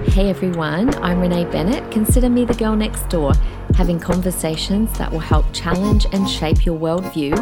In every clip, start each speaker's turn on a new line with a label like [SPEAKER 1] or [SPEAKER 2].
[SPEAKER 1] Hey everyone, I'm Renee Bennett. Consider me the girl next door, having conversations that will help challenge and shape your worldview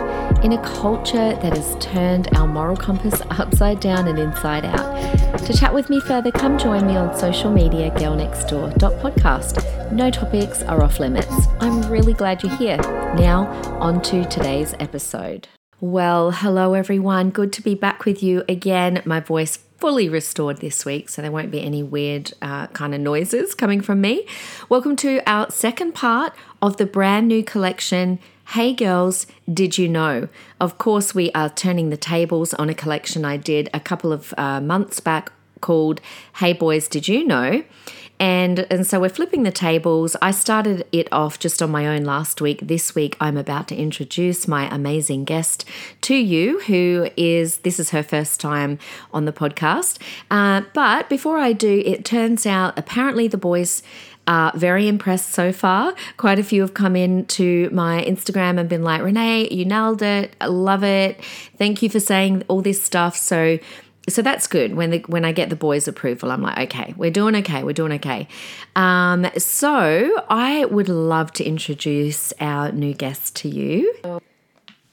[SPEAKER 1] in a culture that has turned our moral compass upside down and inside out. To chat with me further, come join me on social media, girlnextdoor.podcast. No topics are off limits. I'm really glad you're here. Now, on to today's episode. Well, hello everyone. Good to be back with you again. My voice fully restored this week, so there won't be any weird uh, kind of noises coming from me. Welcome to our second part of the brand new collection. Hey girls, did you know? Of course, we are turning the tables on a collection I did a couple of uh, months back called Hey Boys, Did You Know? And, and so we're flipping the tables. I started it off just on my own last week. This week, I'm about to introduce my amazing guest to you, who is this is her first time on the podcast. Uh, but before I do, it turns out apparently the boys uh, very impressed so far. Quite a few have come in to my Instagram and been like, Renee, you nailed it. I love it. Thank you for saying all this stuff. So so that's good when the, when I get the boys' approval. I'm like, okay, we're doing okay, we're doing okay. Um, so I would love to introduce our new guest to you.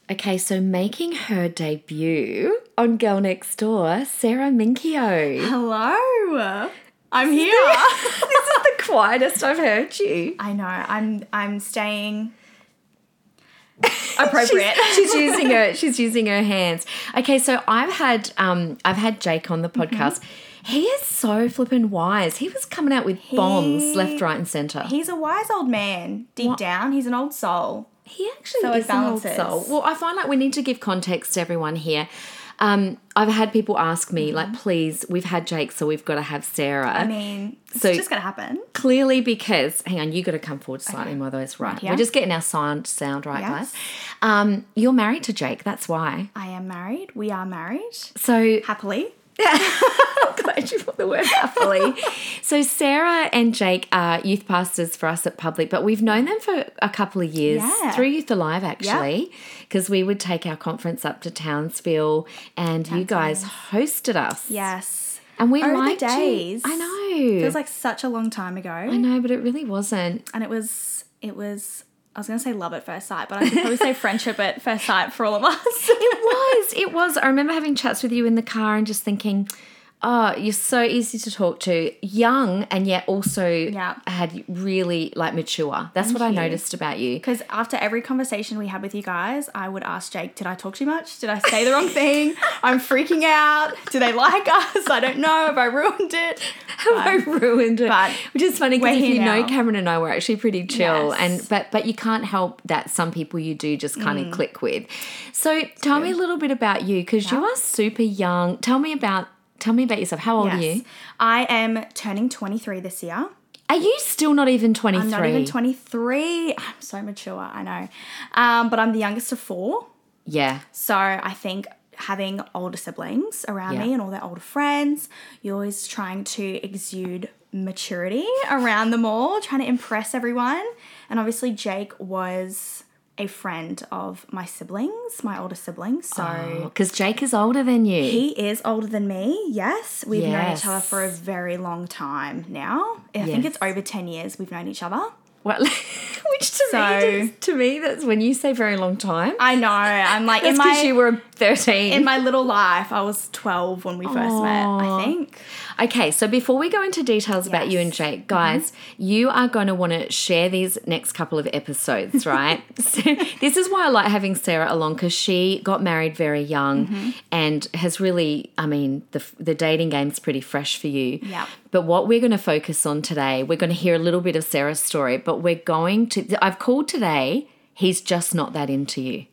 [SPEAKER 1] Okay, so making her debut on Girl Next Door, Sarah Minkio.
[SPEAKER 2] Hello. I'm here.
[SPEAKER 1] this is the quietest I've heard you.
[SPEAKER 2] I know. I'm I'm staying appropriate.
[SPEAKER 1] she's using her she's using her hands okay so i've had um i've had jake on the
[SPEAKER 2] Mm-hmm.
[SPEAKER 1] podcast he is so flippin' wise he was coming out with bombs left right and center he,
[SPEAKER 2] he's a wise old man. Deep down, he's an old soul.
[SPEAKER 1] actually
[SPEAKER 2] So it
[SPEAKER 1] is an old
[SPEAKER 2] balances.
[SPEAKER 1] soul well i find like we need to give context to everyone here um i've had people ask me like please we've had jake so we've got to have sarah
[SPEAKER 2] Mm-hmm. I mean, it's
[SPEAKER 1] So-
[SPEAKER 2] just gonna happen.
[SPEAKER 1] clearly because hang on you got to come forward slightly more though it's right
[SPEAKER 2] here.
[SPEAKER 1] we're just getting our sound sound right
[SPEAKER 2] Yes.
[SPEAKER 1] guys um you're married to jake that's why
[SPEAKER 2] I am married. We are married
[SPEAKER 1] so
[SPEAKER 2] happily.
[SPEAKER 1] glad you put the word happily. so Sarah and Jake are youth pastors for us at Public, but we've known them for a couple of years
[SPEAKER 2] Yeah.
[SPEAKER 1] through Youth Alive actually, because we would take our conference up to Townsville, and you guys hosted us.
[SPEAKER 2] Yes.
[SPEAKER 1] and we
[SPEAKER 2] Oh, the
[SPEAKER 1] liked you.
[SPEAKER 2] days.
[SPEAKER 1] I know.
[SPEAKER 2] It was like such a long time ago,
[SPEAKER 1] I know, but it really wasn't.
[SPEAKER 2] and it was it was. I was gonna say love at first sight, but I should probably say friendship at first sight for all of us.
[SPEAKER 1] It was. It was. I remember having chats with you in the car and just thinking. Oh, you're so easy to talk to, young and yet also
[SPEAKER 2] Yeah.
[SPEAKER 1] had really like mature. That's what I noticed about you.
[SPEAKER 2] Because after every conversation we had with you guys, I would ask Jake, did I talk too much? Did I say the wrong thing? I'm freaking out. Do they like us? I don't know. Have I ruined it?
[SPEAKER 1] Have I ruined it?
[SPEAKER 2] but
[SPEAKER 1] Which is funny
[SPEAKER 2] we're
[SPEAKER 1] because if
[SPEAKER 2] here
[SPEAKER 1] you know
[SPEAKER 2] now.
[SPEAKER 1] Cameron and I, we're actually pretty chill,
[SPEAKER 2] Yes.
[SPEAKER 1] and but but you can't help that some people you do just kind
[SPEAKER 2] Mm.
[SPEAKER 1] of click with. So tell me a little bit about you because you are super young. Tell me about tell me about yourself. How old are you?
[SPEAKER 2] I am turning 23 this year.
[SPEAKER 1] Are you still not even twenty
[SPEAKER 2] I'm not even
[SPEAKER 1] three?
[SPEAKER 2] 23. I'm so mature, I know. Um, but I'm the youngest of four.
[SPEAKER 1] Yeah,
[SPEAKER 2] So I think having older siblings around
[SPEAKER 1] Yeah.
[SPEAKER 2] me and all their older friends, you're always trying to exude maturity around them all, trying to impress everyone. And obviously, Jake was a friend of my siblings, my older siblings. So.
[SPEAKER 1] because Jake is older than you.
[SPEAKER 2] He is older than me, yes. We've known each other
[SPEAKER 1] Yes.
[SPEAKER 2] for a very long time now. I think
[SPEAKER 1] Yes.
[SPEAKER 2] it's over 10 years we've known each other.
[SPEAKER 1] well, which to
[SPEAKER 2] So-
[SPEAKER 1] me is- to me that's when you say very long time.
[SPEAKER 2] I know. I'm like, in
[SPEAKER 1] It's because
[SPEAKER 2] my,
[SPEAKER 1] you were thirteen.
[SPEAKER 2] in my little life, I was 12 when we first met, I think.
[SPEAKER 1] Okay, so before we go into details about you and
[SPEAKER 2] Yes. Mm-hmm.
[SPEAKER 1] Jake, guys, you are going to want to share these next couple of episodes, right? so this is why I like having Sarah along because she got married very young
[SPEAKER 2] Mm-hmm.
[SPEAKER 1] and has really, I mean, the the dating game's pretty fresh for you.
[SPEAKER 2] Yeah.
[SPEAKER 1] But what we're going to focus on today, we're going to hear a little bit of Sarah's story, but we're going to. I've called today. He's just not that into you.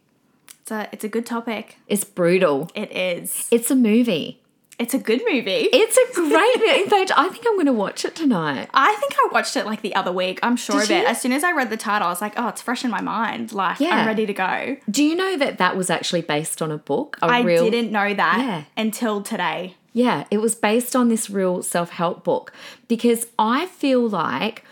[SPEAKER 2] It's a, it's a good topic.
[SPEAKER 1] It's brutal.
[SPEAKER 2] It is.
[SPEAKER 1] It's a movie.
[SPEAKER 2] It's a good movie.
[SPEAKER 1] It's a great. movie. In fact, I think I'm going to watch it tonight.
[SPEAKER 2] I think I watched it like the other week. I'm sure
[SPEAKER 1] Did
[SPEAKER 2] of it.
[SPEAKER 1] you?
[SPEAKER 2] As soon as I read the title, I was like, oh, it's fresh in my mind. Like,
[SPEAKER 1] Yeah.
[SPEAKER 2] I'm ready to go.
[SPEAKER 1] Do you know that that was actually based on a book? A
[SPEAKER 2] I
[SPEAKER 1] real,
[SPEAKER 2] didn't know that
[SPEAKER 1] Yeah.
[SPEAKER 2] until today.
[SPEAKER 1] Yeah, it was based on this real self help book because I feel like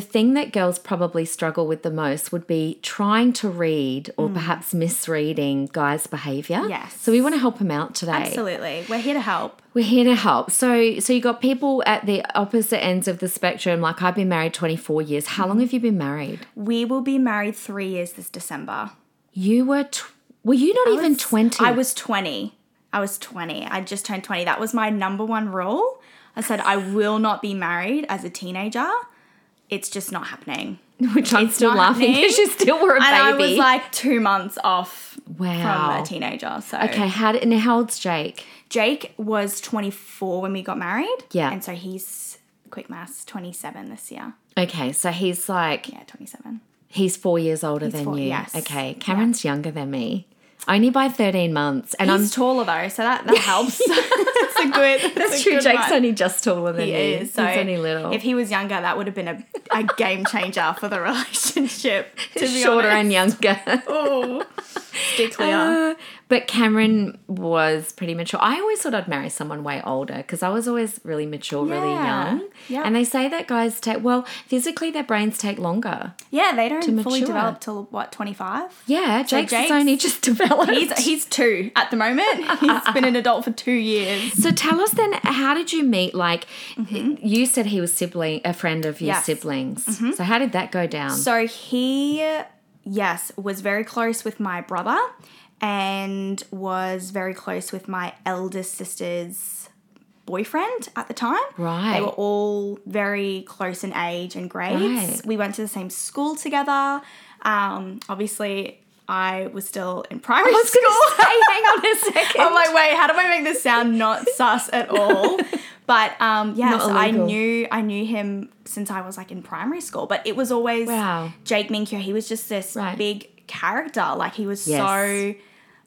[SPEAKER 1] The thing that girls probably struggle with the most would be trying to read or perhaps misreading guys' behavior.
[SPEAKER 2] Hmm. Yes.
[SPEAKER 1] So we want to help them out today.
[SPEAKER 2] Absolutely. We're here to help.
[SPEAKER 1] We're here to help. So so you got people at the opposite ends of the spectrum like I've been married 24 years.
[SPEAKER 2] Hmm.
[SPEAKER 1] How long have you been married?
[SPEAKER 2] We will be married three years this December.
[SPEAKER 1] You were tw- were you not even
[SPEAKER 2] was-
[SPEAKER 1] 20?
[SPEAKER 2] I was 20. I was 20. I just turned 20. That was my number one rule. I said, I will not be married as a teenager. It's just not happening.
[SPEAKER 1] which I'm still
[SPEAKER 2] not
[SPEAKER 1] laughing
[SPEAKER 2] happening.
[SPEAKER 1] because you still were a
[SPEAKER 2] And I
[SPEAKER 1] baby.
[SPEAKER 2] was like two months off
[SPEAKER 1] wow.
[SPEAKER 2] from a teenager. So
[SPEAKER 1] Okay, how did, and how old's Jake?
[SPEAKER 2] Jake was 24 when we got married.
[SPEAKER 1] Yeah.
[SPEAKER 2] And so he's, quick maths, 27 this year.
[SPEAKER 1] Okay, so he's like
[SPEAKER 2] Yeah, 27.
[SPEAKER 1] he's four years older than
[SPEAKER 2] four-
[SPEAKER 1] you.
[SPEAKER 2] yes.
[SPEAKER 1] Okay, Cameron's younger than me, only by thirteen months, and
[SPEAKER 2] He's
[SPEAKER 1] I'm.
[SPEAKER 2] taller though, so that, that helps. that's a good. That's, a
[SPEAKER 1] That's true.
[SPEAKER 2] good
[SPEAKER 1] Jake's
[SPEAKER 2] one.
[SPEAKER 1] only just taller than
[SPEAKER 2] He
[SPEAKER 1] me.
[SPEAKER 2] is. So
[SPEAKER 1] he's only little.
[SPEAKER 2] If he was younger, that would have been a, a game changer for the relationship. To be
[SPEAKER 1] shorter
[SPEAKER 2] honest. Oh. Um,
[SPEAKER 1] and younger.
[SPEAKER 2] Ooh. Stay clear.
[SPEAKER 1] Uh, but Cameron was pretty mature. I always thought I'd marry someone way older because I was always really mature, really
[SPEAKER 2] Yeah.
[SPEAKER 1] young.
[SPEAKER 2] Yeah.
[SPEAKER 1] And they say that guys take well physically, their brains take longer.
[SPEAKER 2] yeah, they don't fully
[SPEAKER 1] mature.
[SPEAKER 2] develop till what twenty five.
[SPEAKER 1] Yeah, Jake's,
[SPEAKER 2] Jake's-
[SPEAKER 1] only just developed.
[SPEAKER 2] He's he's two at the moment. He's been an adult for two years.
[SPEAKER 1] So tell us then, how did you meet? Like, you said he was sibling, a friend of your
[SPEAKER 2] Mm-hmm. Yes. Mm-hmm.
[SPEAKER 1] siblings. So how did that go down?
[SPEAKER 2] So he, yes, was very close with my brother, and was very close with my eldest sister's boyfriend at the time.
[SPEAKER 1] Right.
[SPEAKER 2] They were all very close in age and grades.
[SPEAKER 1] Right.
[SPEAKER 2] We went to the same school together. Um, obviously, I was still in primary
[SPEAKER 1] was gonna say,
[SPEAKER 2] school.
[SPEAKER 1] hang on a second.
[SPEAKER 2] I'm like, wait, how do I make this sound not sus at all? But um, yeah,
[SPEAKER 1] Not
[SPEAKER 2] so I
[SPEAKER 1] illegal.
[SPEAKER 2] knew I knew him since I was like in primary school. But it was always
[SPEAKER 1] Wow.
[SPEAKER 2] Jake Minkyo. He was just this
[SPEAKER 1] Right.
[SPEAKER 2] big character. Like he was
[SPEAKER 1] Yes.
[SPEAKER 2] so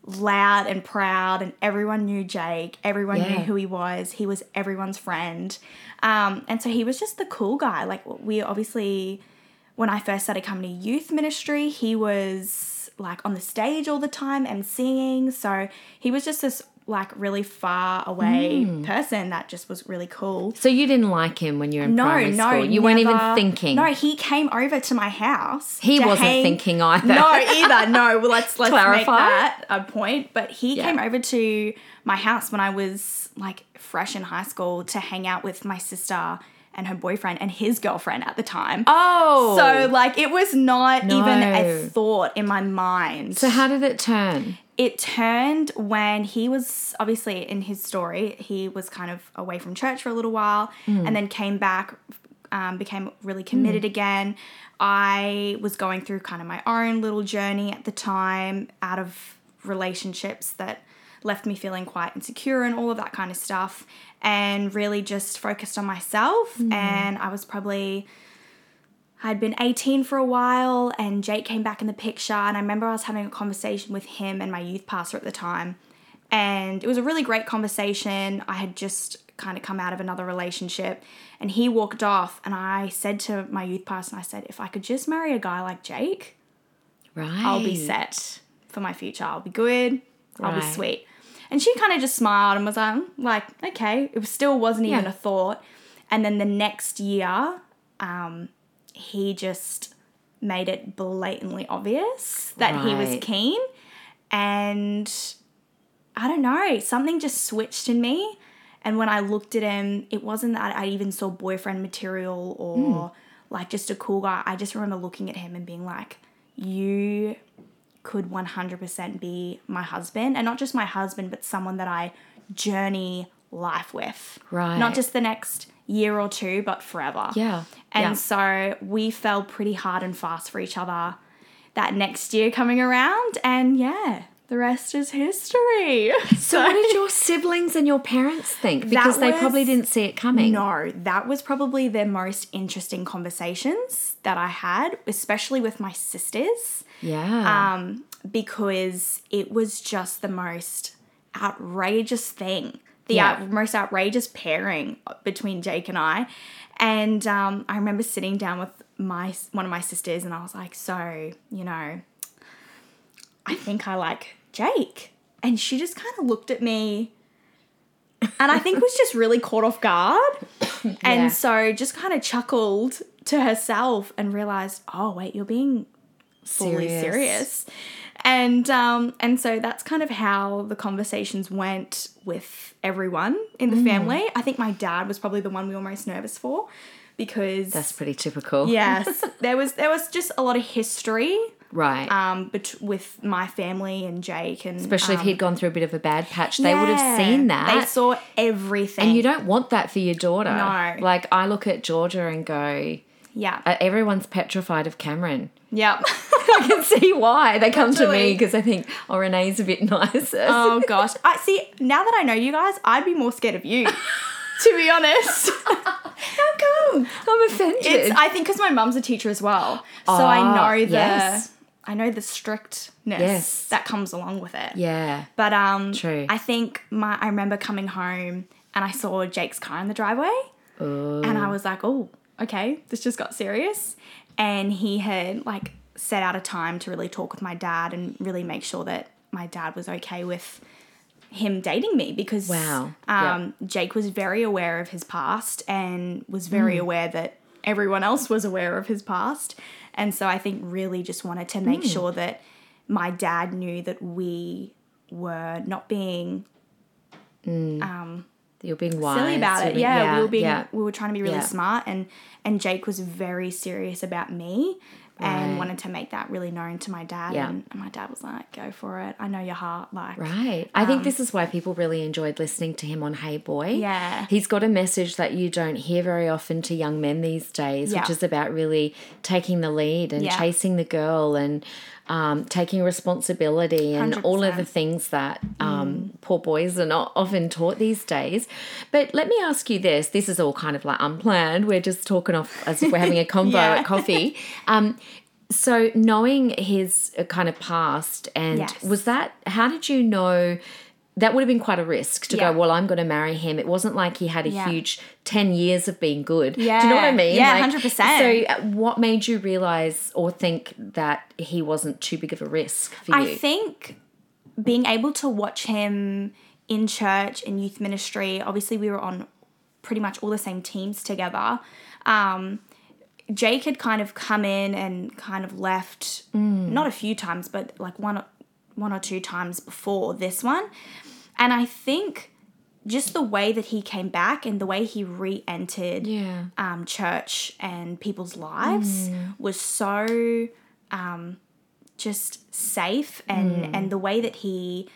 [SPEAKER 2] loud and proud, and everyone knew Jake. Everyone knew
[SPEAKER 1] Yeah.
[SPEAKER 2] who he was. He was everyone's friend, um, and so he was just the cool guy. Like we obviously, when I first started coming to youth ministry, he was like on the stage all the time and singing. So he was just this like really far away
[SPEAKER 1] Mm.
[SPEAKER 2] person that just was really cool.
[SPEAKER 1] so you didn't like him when you were in
[SPEAKER 2] No,
[SPEAKER 1] primary
[SPEAKER 2] no,
[SPEAKER 1] school. You weren't even
[SPEAKER 2] never.
[SPEAKER 1] thinking.
[SPEAKER 2] No, he came over to my house.
[SPEAKER 1] he
[SPEAKER 2] to
[SPEAKER 1] wasn't
[SPEAKER 2] hang-
[SPEAKER 1] thinking either.
[SPEAKER 2] no, either. No, well, let's let's make
[SPEAKER 1] Clarify.
[SPEAKER 2] that a point. But he
[SPEAKER 1] Yeah.
[SPEAKER 2] came over to my house when I was like fresh in high school to hang out with my sister and her boyfriend and his girlfriend at the time.
[SPEAKER 1] Oh,
[SPEAKER 2] So like it was not even
[SPEAKER 1] No.
[SPEAKER 2] a thought in my mind.
[SPEAKER 1] so how did it turn?
[SPEAKER 2] it turned when he was obviously in his story, he was kind of away from church for a little while and then came back, um, became really committed again. I was going through kind of my own little journey at the time out of relationships that left me feeling quite insecure and all of that kind of stuff and really just focused on myself and I was probably I'd been 18 for a while, and Jake came back in the picture. And I remember I was having a conversation with him and my youth pastor at the time. And it was a really great conversation. I had just kind of come out of another relationship, and he walked off. And I said to my youth pastor, I said, if I could just marry a guy like Jake,
[SPEAKER 1] Right.
[SPEAKER 2] I'll be set for my future. I'll be good. I'll be
[SPEAKER 1] Right.
[SPEAKER 2] sweet. And she kind of just smiled and was um, like, okay. It was- still wasn't even
[SPEAKER 1] Yeah.
[SPEAKER 2] a thought. And then the next year, um, he just made it blatantly obvious that he was
[SPEAKER 1] Right.
[SPEAKER 2] keen. And I don't know, something just switched in me. And when I looked at him, it wasn't that I even saw boyfriend material or
[SPEAKER 1] Hmm.
[SPEAKER 2] like just a cool guy. I just remember looking at him and being like, you could 100% be my husband. And not just my husband, but someone that I journey life with.
[SPEAKER 1] Right.
[SPEAKER 2] Not just the next year or two, but forever.
[SPEAKER 1] Yeah.
[SPEAKER 2] And
[SPEAKER 1] yeah.
[SPEAKER 2] so we fell pretty hard and fast for each other that next year coming around. And yeah, the rest is history.
[SPEAKER 1] So what did your siblings and your parents think? Because they probably
[SPEAKER 2] was-
[SPEAKER 1] didn't see it coming.
[SPEAKER 2] No, that was probably the most interesting conversations that I had, especially with my sisters,
[SPEAKER 1] Yeah.
[SPEAKER 2] um, because it was just the most outrageous thing, the
[SPEAKER 1] Yeah.
[SPEAKER 2] out- most outrageous pairing between Jake and I. And um, I remember sitting down with my one of my sisters, and I was like, "So, you know, I think I like Jake." And she just kind of looked at me and I think was just really caught off guard.
[SPEAKER 1] Yeah.
[SPEAKER 2] And so just kind of chuckled to herself and realized, oh wait, you're being fully serious. And um, and so that's kind of how the conversations went with everyone in
[SPEAKER 1] Mm.
[SPEAKER 2] the family. I think my dad was probably the one we were most nervous for because
[SPEAKER 1] That's pretty typical.
[SPEAKER 2] yes, there was there was just a lot of history
[SPEAKER 1] Right.
[SPEAKER 2] um bet- with my family and Jake and
[SPEAKER 1] Especially
[SPEAKER 2] um,
[SPEAKER 1] if he'd gone through a bit of a bad patch, they would have
[SPEAKER 2] yeah,
[SPEAKER 1] seen that.
[SPEAKER 2] They saw everything.
[SPEAKER 1] and you don't want that for your daughter.
[SPEAKER 2] No.
[SPEAKER 1] Like, I look at Georgia and go,
[SPEAKER 2] yeah.
[SPEAKER 1] "Uh, everyone's petrified of Cameron.
[SPEAKER 2] yeah.
[SPEAKER 1] I can see why they come to me
[SPEAKER 2] Totally.
[SPEAKER 1] because I think, oh, Renee's a bit nicer.
[SPEAKER 2] oh gosh. I see now that I know you guys, I'd be more scared of you. to be honest. How come?
[SPEAKER 1] I'm offended.
[SPEAKER 2] It's, I think because my mum's a teacher as well, so I
[SPEAKER 1] Ah,
[SPEAKER 2] know the
[SPEAKER 1] yes.
[SPEAKER 2] I know the strictness
[SPEAKER 1] Yes.
[SPEAKER 2] that comes along with it.
[SPEAKER 1] yeah.
[SPEAKER 2] But um,
[SPEAKER 1] True.
[SPEAKER 2] I think my I remember coming home and I saw Jake's car in the driveway, and I was like, oh, okay, this just got serious. And he had like set out a time to really talk with my dad and really make sure that my dad was okay with him dating me because
[SPEAKER 1] Wow.
[SPEAKER 2] um, Jake was very aware of his past and was very aware that everyone else was aware of his past. And so I think really just wanted to make sure that my dad knew that we were not being
[SPEAKER 1] You're being wise.
[SPEAKER 2] silly about
[SPEAKER 1] you're
[SPEAKER 2] it.
[SPEAKER 1] being-
[SPEAKER 2] Yeah, we were being we were trying to be really
[SPEAKER 1] Yeah.
[SPEAKER 2] smart and and Jake was very serious about me and wanted to make that really known to my dad
[SPEAKER 1] Yeah.
[SPEAKER 2] and, and my dad was like, Go for it. I know your heart, like
[SPEAKER 1] Right. I
[SPEAKER 2] Um,
[SPEAKER 1] think this is why people really enjoyed listening to him on Hey Boy.
[SPEAKER 2] Yeah.
[SPEAKER 1] He's got a message that you don't hear very often to young men these days,
[SPEAKER 2] Yeah.
[SPEAKER 1] which is about really taking the lead and
[SPEAKER 2] Yeah.
[SPEAKER 1] chasing the girl and um, taking responsibility and all of the
[SPEAKER 2] 100%.
[SPEAKER 1] things that
[SPEAKER 2] Mm.
[SPEAKER 1] um, poor boys are not often taught these days. But let me ask you this this is all kind of like unplanned. We're just talking off as if we're having a convo
[SPEAKER 2] Yeah.
[SPEAKER 1] at coffee. Um, so knowing his uh, kind of past and
[SPEAKER 2] Yes.
[SPEAKER 1] was that how did you know that would have been quite a risk to
[SPEAKER 2] Yeah.
[SPEAKER 1] go well i'm going to marry him it wasn't like he had a
[SPEAKER 2] Yeah.
[SPEAKER 1] huge 10 years of being good do you know what i
[SPEAKER 2] Yeah.
[SPEAKER 1] mean
[SPEAKER 2] Yeah,
[SPEAKER 1] Like,
[SPEAKER 2] 100%.
[SPEAKER 1] so uh, what made you realize or think that he wasn't too big of a risk for you
[SPEAKER 2] I think being able to watch him in church in youth ministry, obviously we were on pretty much all the same teams together. Um, Jake had kind of come in and kind of left not a few times, but like one one or two times before this one. And I think just the way that he came back and the way he re-entered
[SPEAKER 1] yeah
[SPEAKER 2] um, church and people's lives was so um, just safe and and the way that he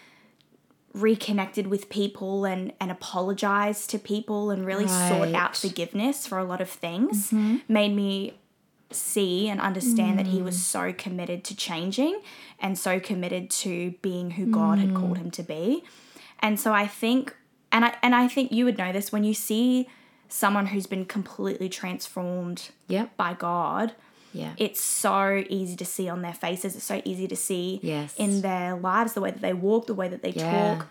[SPEAKER 2] reconnected with people and and apologized to people and really sought
[SPEAKER 1] Right.
[SPEAKER 2] out forgiveness for a lot of things made me see and understand that he was so committed to changing and so committed to being who God had called him to be. And so I think and I and I think you would know this when you see someone who's been completely transformed
[SPEAKER 1] yep
[SPEAKER 2] by God,
[SPEAKER 1] yeah
[SPEAKER 2] it's so easy to see on their faces. It's so easy to see
[SPEAKER 1] Yes.
[SPEAKER 2] in their lives, the way that they walk, the way that they
[SPEAKER 1] Yeah.
[SPEAKER 2] talk,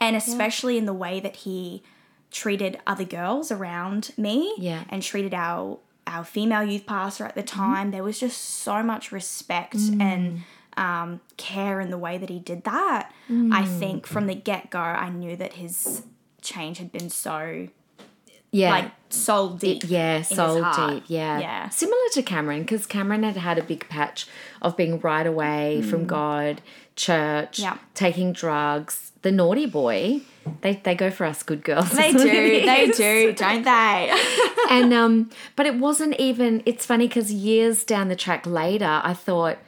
[SPEAKER 2] and especially in the way that he treated other girls around me
[SPEAKER 1] Yeah. Mm-hmm.
[SPEAKER 2] and treated our our female youth pastor at the time. There was just so much respect
[SPEAKER 1] Mm.
[SPEAKER 2] and um, care in the way that he did that. I
[SPEAKER 1] Mm.
[SPEAKER 2] think from the get go, I knew that his change had been so
[SPEAKER 1] yeah
[SPEAKER 2] like soul deep.
[SPEAKER 1] Yeah,
[SPEAKER 2] his
[SPEAKER 1] soul
[SPEAKER 2] heart.
[SPEAKER 1] deep. Yeah.
[SPEAKER 2] Yeah.
[SPEAKER 1] Similar to Cameron, because Cameron had had a big patch of being right away from God, church,
[SPEAKER 2] Mm. Yeah.
[SPEAKER 1] taking drugs, the naughty boy. They, they go for us good girls.
[SPEAKER 2] They
[SPEAKER 1] is
[SPEAKER 2] do,
[SPEAKER 1] what it
[SPEAKER 2] they
[SPEAKER 1] is.
[SPEAKER 2] do, don't they?
[SPEAKER 1] and um, but it wasn't even. It's funny because years down the track later, I thought,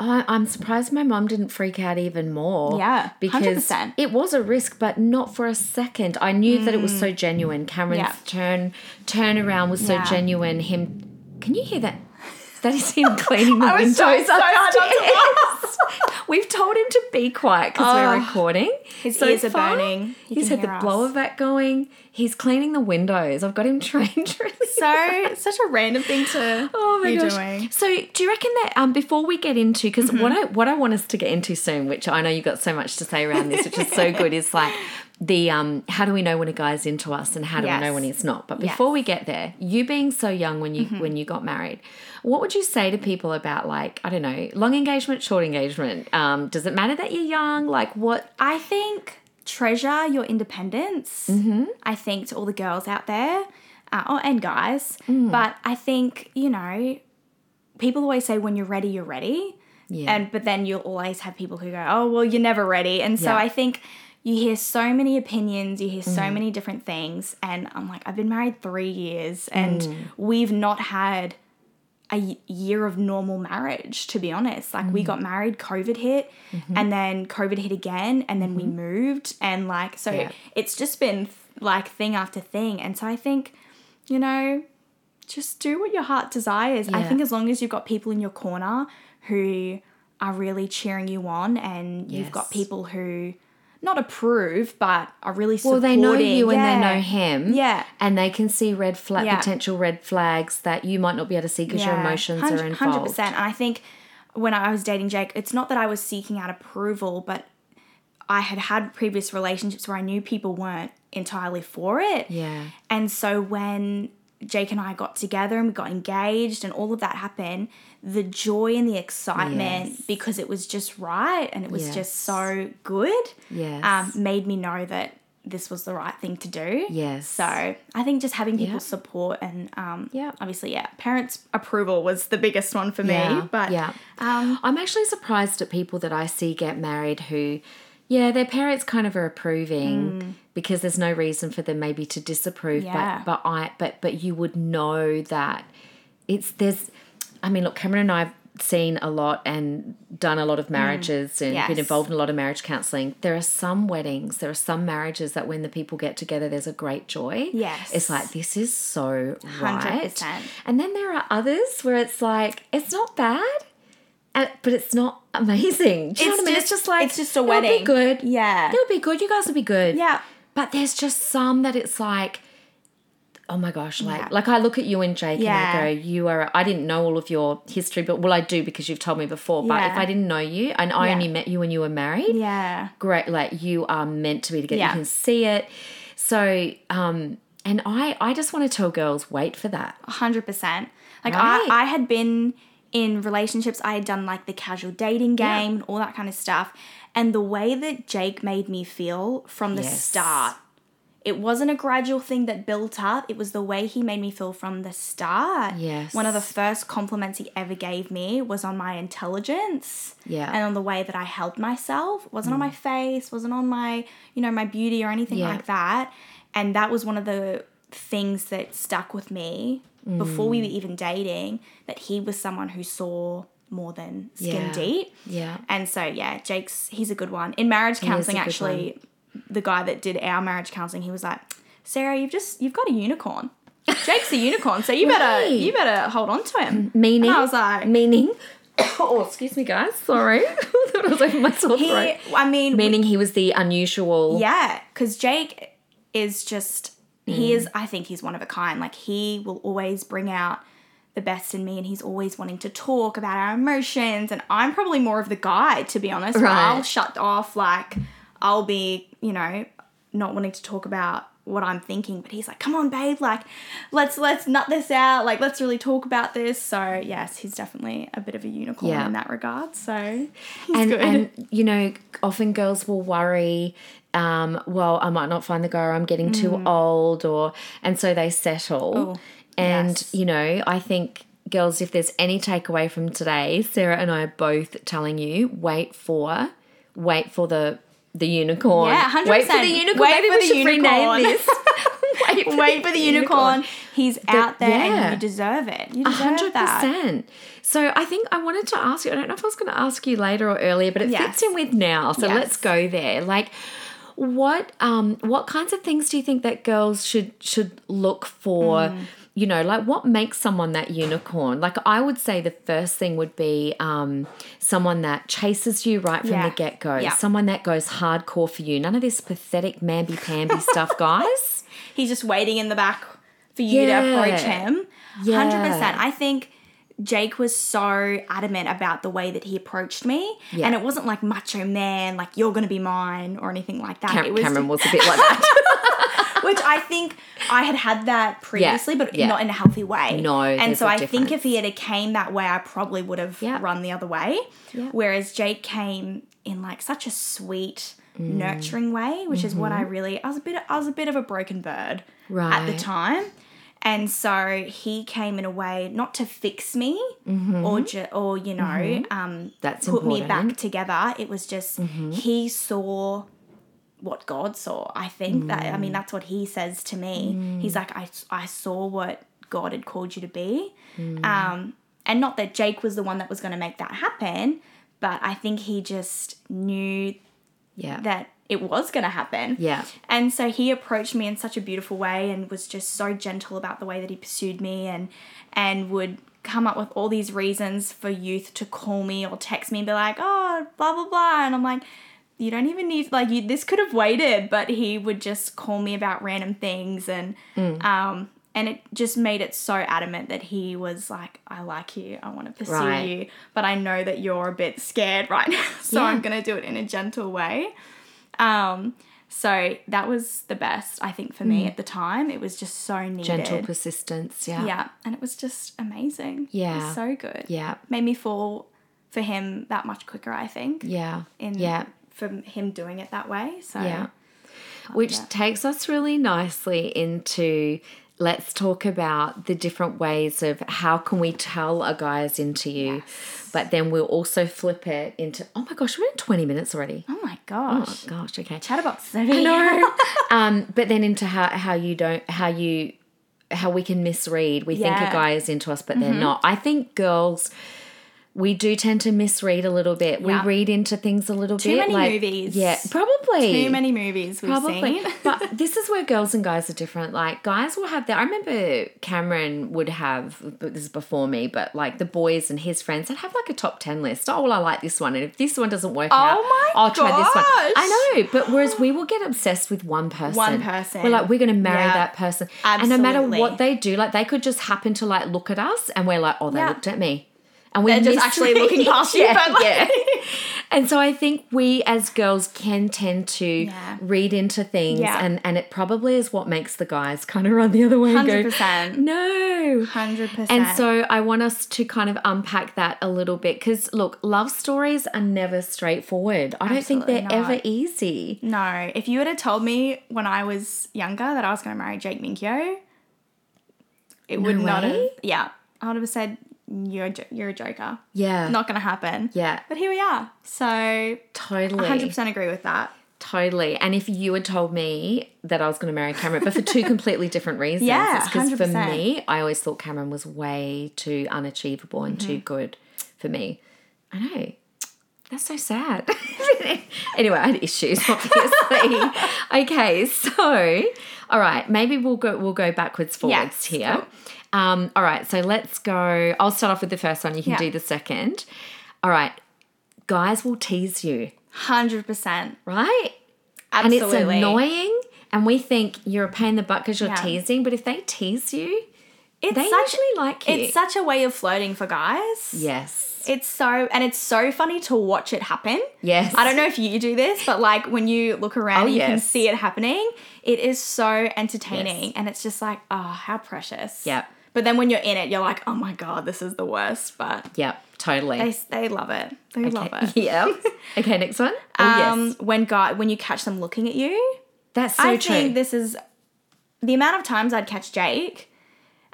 [SPEAKER 1] oh, I'm surprised my mom didn't freak out even more.
[SPEAKER 2] Yeah,
[SPEAKER 1] because
[SPEAKER 2] 100%.
[SPEAKER 1] it was a risk, but not for a second. I knew that it was so genuine. Cameron's
[SPEAKER 2] Mm. Yeah.
[SPEAKER 1] turn turn around was so
[SPEAKER 2] Yeah.
[SPEAKER 1] genuine. Him, can you hear that? That is him cleaning the
[SPEAKER 2] I was
[SPEAKER 1] windows.
[SPEAKER 2] so- so hard not to
[SPEAKER 1] upstairs. We've told him to be quiet because we're recording.
[SPEAKER 2] His ears are burning. He
[SPEAKER 1] He's
[SPEAKER 2] can
[SPEAKER 1] had the
[SPEAKER 2] hear us.
[SPEAKER 1] blower vac going. He's cleaning the windows. I've got him trained. Really
[SPEAKER 2] so such a random thing to
[SPEAKER 1] Oh my
[SPEAKER 2] be
[SPEAKER 1] gosh!
[SPEAKER 2] doing.
[SPEAKER 1] So, do you reckon that um, before we get into because what
[SPEAKER 2] Mm-hmm.
[SPEAKER 1] I what I want us to get into soon, which I know you've got so much to say around this, which is so good, is like the um, how do we know when a guy's into us and how do
[SPEAKER 2] Yes.
[SPEAKER 1] we know when he's not? But
[SPEAKER 2] Yes. Mm-hmm.
[SPEAKER 1] before we get there, you being so young when you when you got married, what would you say to people about like I don't know long engagement, short engagement? Um, does it matter that you're young? Like what?
[SPEAKER 2] I
[SPEAKER 1] Mm-hmm.
[SPEAKER 2] think treasure your independence. I think to all the girls out there, uh, or, and guys.
[SPEAKER 1] Mm.
[SPEAKER 2] But I think, you know, people always say when you're ready, you're ready.
[SPEAKER 1] Yeah.
[SPEAKER 2] And but then you'll always have people who go, "Oh, well, you're never ready." And so
[SPEAKER 1] Yeah. Mm-hmm.
[SPEAKER 2] I think you hear so many opinions, you hear so many different things, and I'm like, I've been married 3 years and
[SPEAKER 1] Mm.
[SPEAKER 2] we've not had a y- year of normal marriage to be honest. Like
[SPEAKER 1] Mm.
[SPEAKER 2] we got married, COVID hit,
[SPEAKER 1] Mm-hmm.
[SPEAKER 2] and then COVID hit again, and then we moved and like so
[SPEAKER 1] Yeah.
[SPEAKER 2] it's just been th- like thing after thing. And so I think you know, just do what your heart desires. I
[SPEAKER 1] Yeah.
[SPEAKER 2] think as long as you've got people in your corner who are really cheering you on and you've got
[SPEAKER 1] Yes.
[SPEAKER 2] people who not approve but are really
[SPEAKER 1] Well,
[SPEAKER 2] supporting.
[SPEAKER 1] they know you and they
[SPEAKER 2] Yeah.
[SPEAKER 1] know him.
[SPEAKER 2] Yeah.
[SPEAKER 1] And they can see red flag,
[SPEAKER 2] Yeah.
[SPEAKER 1] potential red flags that you might not be able to see because your
[SPEAKER 2] Yeah.
[SPEAKER 1] emotions
[SPEAKER 2] Hun-
[SPEAKER 1] are involved.
[SPEAKER 2] 100%. And I think when I was dating Jake, it's not that I was seeking out approval, but I had had previous relationships where I knew people weren't entirely for it.
[SPEAKER 1] Yeah.
[SPEAKER 2] And so when Jake and I got together and we got engaged and all of that happened, the joy and the excitement
[SPEAKER 1] Yes.
[SPEAKER 2] because it was just right and it was
[SPEAKER 1] Yes.
[SPEAKER 2] just so good
[SPEAKER 1] Yes.
[SPEAKER 2] um, made me know that this was the right thing to do.
[SPEAKER 1] Yes.
[SPEAKER 2] So I think just having people
[SPEAKER 1] Yeah.
[SPEAKER 2] support and um,
[SPEAKER 1] Yeah.
[SPEAKER 2] obviously, yeah, parents' approval was the biggest one for me.
[SPEAKER 1] Yeah,
[SPEAKER 2] But
[SPEAKER 1] yeah.
[SPEAKER 2] um,
[SPEAKER 1] I'm actually surprised at people that I see get married who, yeah, their parents kind of are approving because there's no reason for them maybe to disapprove.
[SPEAKER 2] Hmm. Yeah.
[SPEAKER 1] But but I but but you would know that it's there's. I mean, look, Cameron and I've seen a lot and done a lot of marriages and
[SPEAKER 2] Hmm. Yes.
[SPEAKER 1] been involved in a lot of marriage counseling. There are some weddings, there are some marriages that when the people get together, there's a great joy.
[SPEAKER 2] Yes.
[SPEAKER 1] it's like this is so right.
[SPEAKER 2] 100%.
[SPEAKER 1] And then there are others where it's like it's not bad, uh, but it's not amazing. Do you know what
[SPEAKER 2] It's
[SPEAKER 1] I mean? it's
[SPEAKER 2] just-
[SPEAKER 1] just like
[SPEAKER 2] it's just a
[SPEAKER 1] it'll
[SPEAKER 2] wedding.
[SPEAKER 1] Be good,
[SPEAKER 2] Yeah.
[SPEAKER 1] It'll be good. You guys will be good.
[SPEAKER 2] Yeah.
[SPEAKER 1] But there's just some that it's like, oh my gosh, like
[SPEAKER 2] Yeah.
[SPEAKER 1] like I look at you and Jake
[SPEAKER 2] Yeah.
[SPEAKER 1] and I go, you are. I didn't know all of your history, but well, I do because you've told me before. But
[SPEAKER 2] Yeah.
[SPEAKER 1] if I didn't know you and I
[SPEAKER 2] Yeah.
[SPEAKER 1] only met you when you were married,
[SPEAKER 2] yeah.
[SPEAKER 1] great like you are meant to be together
[SPEAKER 2] Yeah.
[SPEAKER 1] you can see it so um and i i just want to tell girls wait for that
[SPEAKER 2] hundred percent. Like
[SPEAKER 1] Right.
[SPEAKER 2] I, I had been in relationships. I had done like the casual dating game and all that kind of stuff. And the way that Jake made me feel from the
[SPEAKER 1] Yes.
[SPEAKER 2] start, it wasn't a gradual thing that built up. It was the way he made me feel from the start.
[SPEAKER 1] Yes.
[SPEAKER 2] One of the first compliments he ever gave me was on my intelligence.
[SPEAKER 1] Yeah.
[SPEAKER 2] And on the way that I held myself. Wasn't on my face, wasn't on my, you know, my beauty or anything
[SPEAKER 1] Mm. Yeah.
[SPEAKER 2] like that. And that was one of the things that stuck with me before we were
[SPEAKER 1] Mm.
[SPEAKER 2] even dating that he was someone who saw more than skin
[SPEAKER 1] Yeah.
[SPEAKER 2] deep.
[SPEAKER 1] yeah
[SPEAKER 2] And so yeah, Jake's he's a good one. In marriage
[SPEAKER 1] is a
[SPEAKER 2] counseling
[SPEAKER 1] good
[SPEAKER 2] actually the guy that did our marriage counseling, he was like, "Sarah, you've just you've got a unicorn. Jake's a unicorn, so you better
[SPEAKER 1] Really?
[SPEAKER 2] you better hold on to him."
[SPEAKER 1] meaning
[SPEAKER 2] And I was like-
[SPEAKER 1] meaning oh excuse me guys sorry i thought i was over my sore
[SPEAKER 2] He,
[SPEAKER 1] throat
[SPEAKER 2] I mean,
[SPEAKER 1] meaning he was the unusual
[SPEAKER 2] Yeah, because Jake is just, he
[SPEAKER 1] Mm.
[SPEAKER 2] is, I think he's one of a kind. Like, he will always bring out the best in me and he's always wanting to talk about our emotions. And I'm probably more of the guy, to be honest. where I'll
[SPEAKER 1] Right.
[SPEAKER 2] shut off, like, I'll be, you know, not wanting to talk about what I'm thinking, but he's like, "Come on, babe! Like, let's let's nut this out. Like, let's really talk about this." So yes, he's definitely a bit of a unicorn
[SPEAKER 1] Yeah.
[SPEAKER 2] in that regard. So he's
[SPEAKER 1] and,
[SPEAKER 2] good.
[SPEAKER 1] and you know often girls will worry um, well i might not find the guy or i'm getting too old or and so they settle
[SPEAKER 2] Mm. Oh,
[SPEAKER 1] and
[SPEAKER 2] yes.
[SPEAKER 1] you know i think girls if there's any takeaway from today sarah and i are both telling you wait for wait for the the unicorn
[SPEAKER 2] Yeah,
[SPEAKER 1] wait for the
[SPEAKER 2] 100%.
[SPEAKER 1] unicorn
[SPEAKER 2] Wait
[SPEAKER 1] maybe
[SPEAKER 2] for
[SPEAKER 1] we
[SPEAKER 2] the
[SPEAKER 1] should
[SPEAKER 2] unicorn.
[SPEAKER 1] rename this wait for
[SPEAKER 2] Wait for the unicorn. He's out there
[SPEAKER 1] yeah.
[SPEAKER 2] and you deserve it. You
[SPEAKER 1] A
[SPEAKER 2] deserve
[SPEAKER 1] hundred
[SPEAKER 2] that.
[SPEAKER 1] percent. So I think I wanted to ask you. I don't know if I was going to ask you later or earlier, but it
[SPEAKER 2] Yes.
[SPEAKER 1] fits in with now. So
[SPEAKER 2] Yes.
[SPEAKER 1] let's go there. Like, what um what kinds of things do you think that girls should should look for?
[SPEAKER 2] Mm.
[SPEAKER 1] You know, like what makes someone that unicorn? Like I would say the first thing would be um someone that chases you right from
[SPEAKER 2] Yeah.
[SPEAKER 1] the get go.
[SPEAKER 2] Yeah.
[SPEAKER 1] Someone that goes hardcore for you. None of this pathetic mamby pamby stuff, guys.
[SPEAKER 2] He's just waiting in the back for you to
[SPEAKER 1] Yeah.
[SPEAKER 2] approach him.
[SPEAKER 1] Yeah.
[SPEAKER 2] Hundred percent. I think Jake was so adamant about the way that he approached me,
[SPEAKER 1] Yeah.
[SPEAKER 2] and it wasn't like macho man, like you're gonna be mine or anything like that.
[SPEAKER 1] Cam-
[SPEAKER 2] it was,
[SPEAKER 1] Cameron was a bit like that.
[SPEAKER 2] which I think I had had that previously, but
[SPEAKER 1] yeah.
[SPEAKER 2] not in a healthy way.
[SPEAKER 1] No,
[SPEAKER 2] and
[SPEAKER 1] there's
[SPEAKER 2] so
[SPEAKER 1] a
[SPEAKER 2] I think if he had came that way, I probably would have
[SPEAKER 1] Yeah.
[SPEAKER 2] run the other way.
[SPEAKER 1] Yeah.
[SPEAKER 2] Whereas Jake came in like such a sweet,
[SPEAKER 1] Mm.
[SPEAKER 2] nurturing way, which is what I really I was a bit I was a bit of a broken bird at the
[SPEAKER 1] Mm-hmm. Right.
[SPEAKER 2] time, And so he came in a way not to fix me
[SPEAKER 1] Mm-hmm.
[SPEAKER 2] or ju- or you know um,
[SPEAKER 1] That's
[SPEAKER 2] put me back
[SPEAKER 1] important. Mm-hmm.
[SPEAKER 2] together. It was just he saw what God saw. I think that I mean
[SPEAKER 1] Mm.
[SPEAKER 2] that's what he says to me. He's like I I saw what God had called you to be.
[SPEAKER 1] Mm.
[SPEAKER 2] Um, and not that Jake was the one that was going to make that happen, but I think he just knew
[SPEAKER 1] Yeah.
[SPEAKER 2] that it was going to happen.
[SPEAKER 1] yeah.
[SPEAKER 2] And so he approached me in such a beautiful way and was just so gentle about the way that he pursued me and and would come up with all these reasons for youth to call me or text me and be like, "Oh, blah blah blah." And I'm like, "You don't even need like you this could have waited." But he would just call me about random things and
[SPEAKER 1] Mm.
[SPEAKER 2] um and it just made it so adamant that he was like, I like you, I want to pursue
[SPEAKER 1] Right.
[SPEAKER 2] you, but I know that you're a bit scared right now, so
[SPEAKER 1] Yeah.
[SPEAKER 2] I'm gonna do it in a gentle way. Um, so that was the best, I think, for me at the time. It was just so needed.
[SPEAKER 1] Mm. Gentle persistence. Yeah.
[SPEAKER 2] yeah, and it was just amazing. It
[SPEAKER 1] Yeah.
[SPEAKER 2] was so good.
[SPEAKER 1] Yeah.
[SPEAKER 2] Made me fall for him that much quicker, I think.
[SPEAKER 1] Yeah.
[SPEAKER 2] In
[SPEAKER 1] yeah.
[SPEAKER 2] from him doing it that way. So
[SPEAKER 1] Yeah. Which takes us really nicely into let's talk about the different ways of how can we tell a guy is into you. But then we'll also flip it into oh my gosh, we're in 20 minutes already.
[SPEAKER 2] Oh my
[SPEAKER 1] Oh
[SPEAKER 2] gosh.
[SPEAKER 1] gosh, okay.
[SPEAKER 2] Chatterbox.
[SPEAKER 1] I know. um, but then into how how you don't how you how we can misread. We think
[SPEAKER 2] Yeah. Mm-hmm.
[SPEAKER 1] a guy is into us, but they're not. I think girls. We do tend to misread a little bit.
[SPEAKER 2] Yeah.
[SPEAKER 1] We read into things a little
[SPEAKER 2] Too
[SPEAKER 1] bit.
[SPEAKER 2] many
[SPEAKER 1] like,
[SPEAKER 2] movies.
[SPEAKER 1] Yeah, probably.
[SPEAKER 2] Too many movies we've
[SPEAKER 1] Probably.
[SPEAKER 2] seen.
[SPEAKER 1] but this is where girls and guys are different. Like, guys will have their. I remember Cameron would have, but this is before me, but like the boys and his friends, they'd have like a top 10 list. Oh, well, I like this one. And if this one doesn't work out,
[SPEAKER 2] Oh my
[SPEAKER 1] I'll try this one.
[SPEAKER 2] gosh.
[SPEAKER 1] I know. But whereas we will get obsessed with one person.
[SPEAKER 2] One person.
[SPEAKER 1] We're like, we're going to marry
[SPEAKER 2] Yeah.
[SPEAKER 1] that person. And no matter
[SPEAKER 2] Absolutely.
[SPEAKER 1] what they do, like, they could just happen to like look at us and we're like, oh, they
[SPEAKER 2] Yeah.
[SPEAKER 1] looked at me. And we're
[SPEAKER 2] They're just actually looking past you,
[SPEAKER 1] Yeah,
[SPEAKER 2] but, like-
[SPEAKER 1] yeah. And so I think we as girls can tend to
[SPEAKER 2] Yeah.
[SPEAKER 1] read into things
[SPEAKER 2] Yeah.
[SPEAKER 1] and, and it probably is what makes the guys kind of run the other way and go,
[SPEAKER 2] 100%.
[SPEAKER 1] no.
[SPEAKER 2] 100%.
[SPEAKER 1] And so I want us to kind of unpack that a little bit because look, love stories are never straightforward. I don't think
[SPEAKER 2] Absolutely
[SPEAKER 1] they're
[SPEAKER 2] not.
[SPEAKER 1] ever easy.
[SPEAKER 2] No, if you would have told me when I was younger that I was going to marry Jake Minkyo, it would not
[SPEAKER 1] way.
[SPEAKER 2] have. Yeah, I would have said you're a jo- you're a joker.
[SPEAKER 1] Yeah.
[SPEAKER 2] Not going to happen.
[SPEAKER 1] Yeah.
[SPEAKER 2] But here we are. So
[SPEAKER 1] Totally.
[SPEAKER 2] 100% agree with that.
[SPEAKER 1] Totally. And if you had told me that I was going to marry Cameron, but for two completely different reasons,
[SPEAKER 2] Yeah,
[SPEAKER 1] because for
[SPEAKER 2] 100%.
[SPEAKER 1] me, I always thought Cameron was way too unachievable and too
[SPEAKER 2] Mm-hmm.
[SPEAKER 1] good for me. I know. That's so sad. anyway, I had issues, obviously. okay, so all right, maybe we'll go we'll go backwards forwards
[SPEAKER 2] Yes,
[SPEAKER 1] here. Um, all right, so let's go. I'll start off with the first one. You can
[SPEAKER 2] Yeah.
[SPEAKER 1] do the second. All right, guys will tease you,
[SPEAKER 2] 100%.
[SPEAKER 1] right? and it's
[SPEAKER 2] Absolutely.
[SPEAKER 1] annoying. And we think you're a pain in the butt because you're
[SPEAKER 2] Yeah.
[SPEAKER 1] teasing, but if they tease you,
[SPEAKER 2] It's
[SPEAKER 1] they
[SPEAKER 2] such,
[SPEAKER 1] usually like you.
[SPEAKER 2] it's such a way of flirting for guys.
[SPEAKER 1] yes,
[SPEAKER 2] It's so, and it's so funny to watch it happen.
[SPEAKER 1] yes.
[SPEAKER 2] I don't know if you do this, but like when you look around,
[SPEAKER 1] Oh,
[SPEAKER 2] and you can
[SPEAKER 1] yes.
[SPEAKER 2] see it happening. It is so entertaining,
[SPEAKER 1] Yes.
[SPEAKER 2] and it's just like, oh, how precious.
[SPEAKER 1] Yep.
[SPEAKER 2] But then when you're in it, you're like, oh my god, this is the worst. But
[SPEAKER 1] Yep, totally.
[SPEAKER 2] they they love it. They love
[SPEAKER 1] okay.
[SPEAKER 2] it.
[SPEAKER 1] Yep. Okay, next one. Oh,
[SPEAKER 2] Um,
[SPEAKER 1] yes.
[SPEAKER 2] when God, when you catch them looking at you,
[SPEAKER 1] That's so
[SPEAKER 2] I
[SPEAKER 1] true.
[SPEAKER 2] think this is the amount of times I'd catch Jake.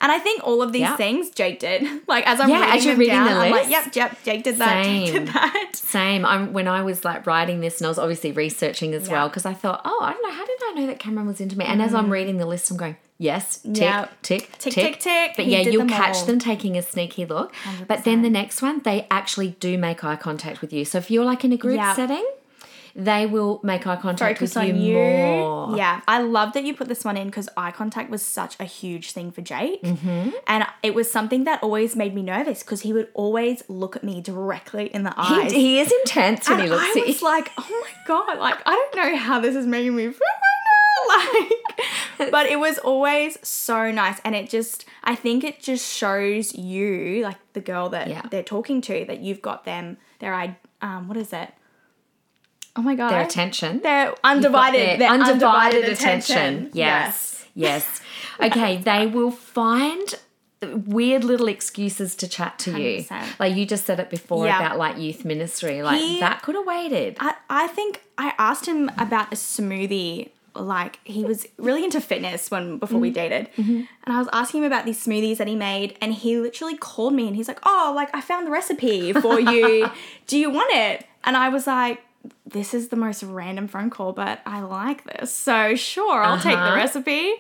[SPEAKER 2] And I think all of these
[SPEAKER 1] Yeah.
[SPEAKER 2] things Jake did. Like as I'm
[SPEAKER 1] Yeah,
[SPEAKER 2] reading,
[SPEAKER 1] as you're
[SPEAKER 2] them
[SPEAKER 1] reading
[SPEAKER 2] down,
[SPEAKER 1] the
[SPEAKER 2] I'm like,
[SPEAKER 1] list.
[SPEAKER 2] yep, yep, Jake did that, Jake
[SPEAKER 1] Same.
[SPEAKER 2] did that.
[SPEAKER 1] Same. I'm when I was like writing this, and I was obviously researching as
[SPEAKER 2] Yeah.
[SPEAKER 1] well because I thought, oh, I don't know, how did I know that Cameron was into me? And as I'm reading the list, I'm going, yes, tick,
[SPEAKER 2] Yep.
[SPEAKER 1] tick, tick,
[SPEAKER 2] tick, tick.
[SPEAKER 1] But
[SPEAKER 2] He
[SPEAKER 1] yeah,
[SPEAKER 2] did
[SPEAKER 1] you'll
[SPEAKER 2] them
[SPEAKER 1] catch
[SPEAKER 2] all.
[SPEAKER 1] them taking a sneaky look. But then the next one, they actually do make eye contact with you. So if you're like in a group
[SPEAKER 2] Yep.
[SPEAKER 1] setting, they will make eye contact
[SPEAKER 2] focus
[SPEAKER 1] with you,
[SPEAKER 2] on you.
[SPEAKER 1] more.
[SPEAKER 2] Yeah, I love that you put this one in because eye contact was such a huge thing for Jake, and it was something that always made me nervous because he would always look at me directly in the
[SPEAKER 1] He,
[SPEAKER 2] eyes.
[SPEAKER 1] he is intense when
[SPEAKER 2] and
[SPEAKER 1] he looks
[SPEAKER 2] I
[SPEAKER 1] at you.
[SPEAKER 2] was like, oh my god, like I don't know how this is making me feel right now. Like, but it was always so nice, and it just, I think it just shows you, like the girl that
[SPEAKER 1] Yeah.
[SPEAKER 2] they're talking to, that you've got them, their, eye- um, what is it? Oh my god,
[SPEAKER 1] Their
[SPEAKER 2] I-
[SPEAKER 1] attention.
[SPEAKER 2] they're
[SPEAKER 1] Got
[SPEAKER 2] undivided. they're
[SPEAKER 1] their undivided
[SPEAKER 2] undivided, attention.
[SPEAKER 1] Yes. Yes. Okay, they will find weird little excuses to chat to you.
[SPEAKER 2] 100%.
[SPEAKER 1] Like you just said it before
[SPEAKER 2] Yeah.
[SPEAKER 1] about like youth ministry. Like
[SPEAKER 2] He-
[SPEAKER 1] that could have waited.
[SPEAKER 2] I, I think I asked him about a smoothie like he was really into fitness when before we
[SPEAKER 1] Mm-hmm.
[SPEAKER 2] dated and i was asking him about these smoothies that he made and he literally called me and he's like oh like i found the recipe for you do you want it and i was like this is the most random phone call but i like this so sure i'll take the
[SPEAKER 1] Uh-huh.
[SPEAKER 2] recipe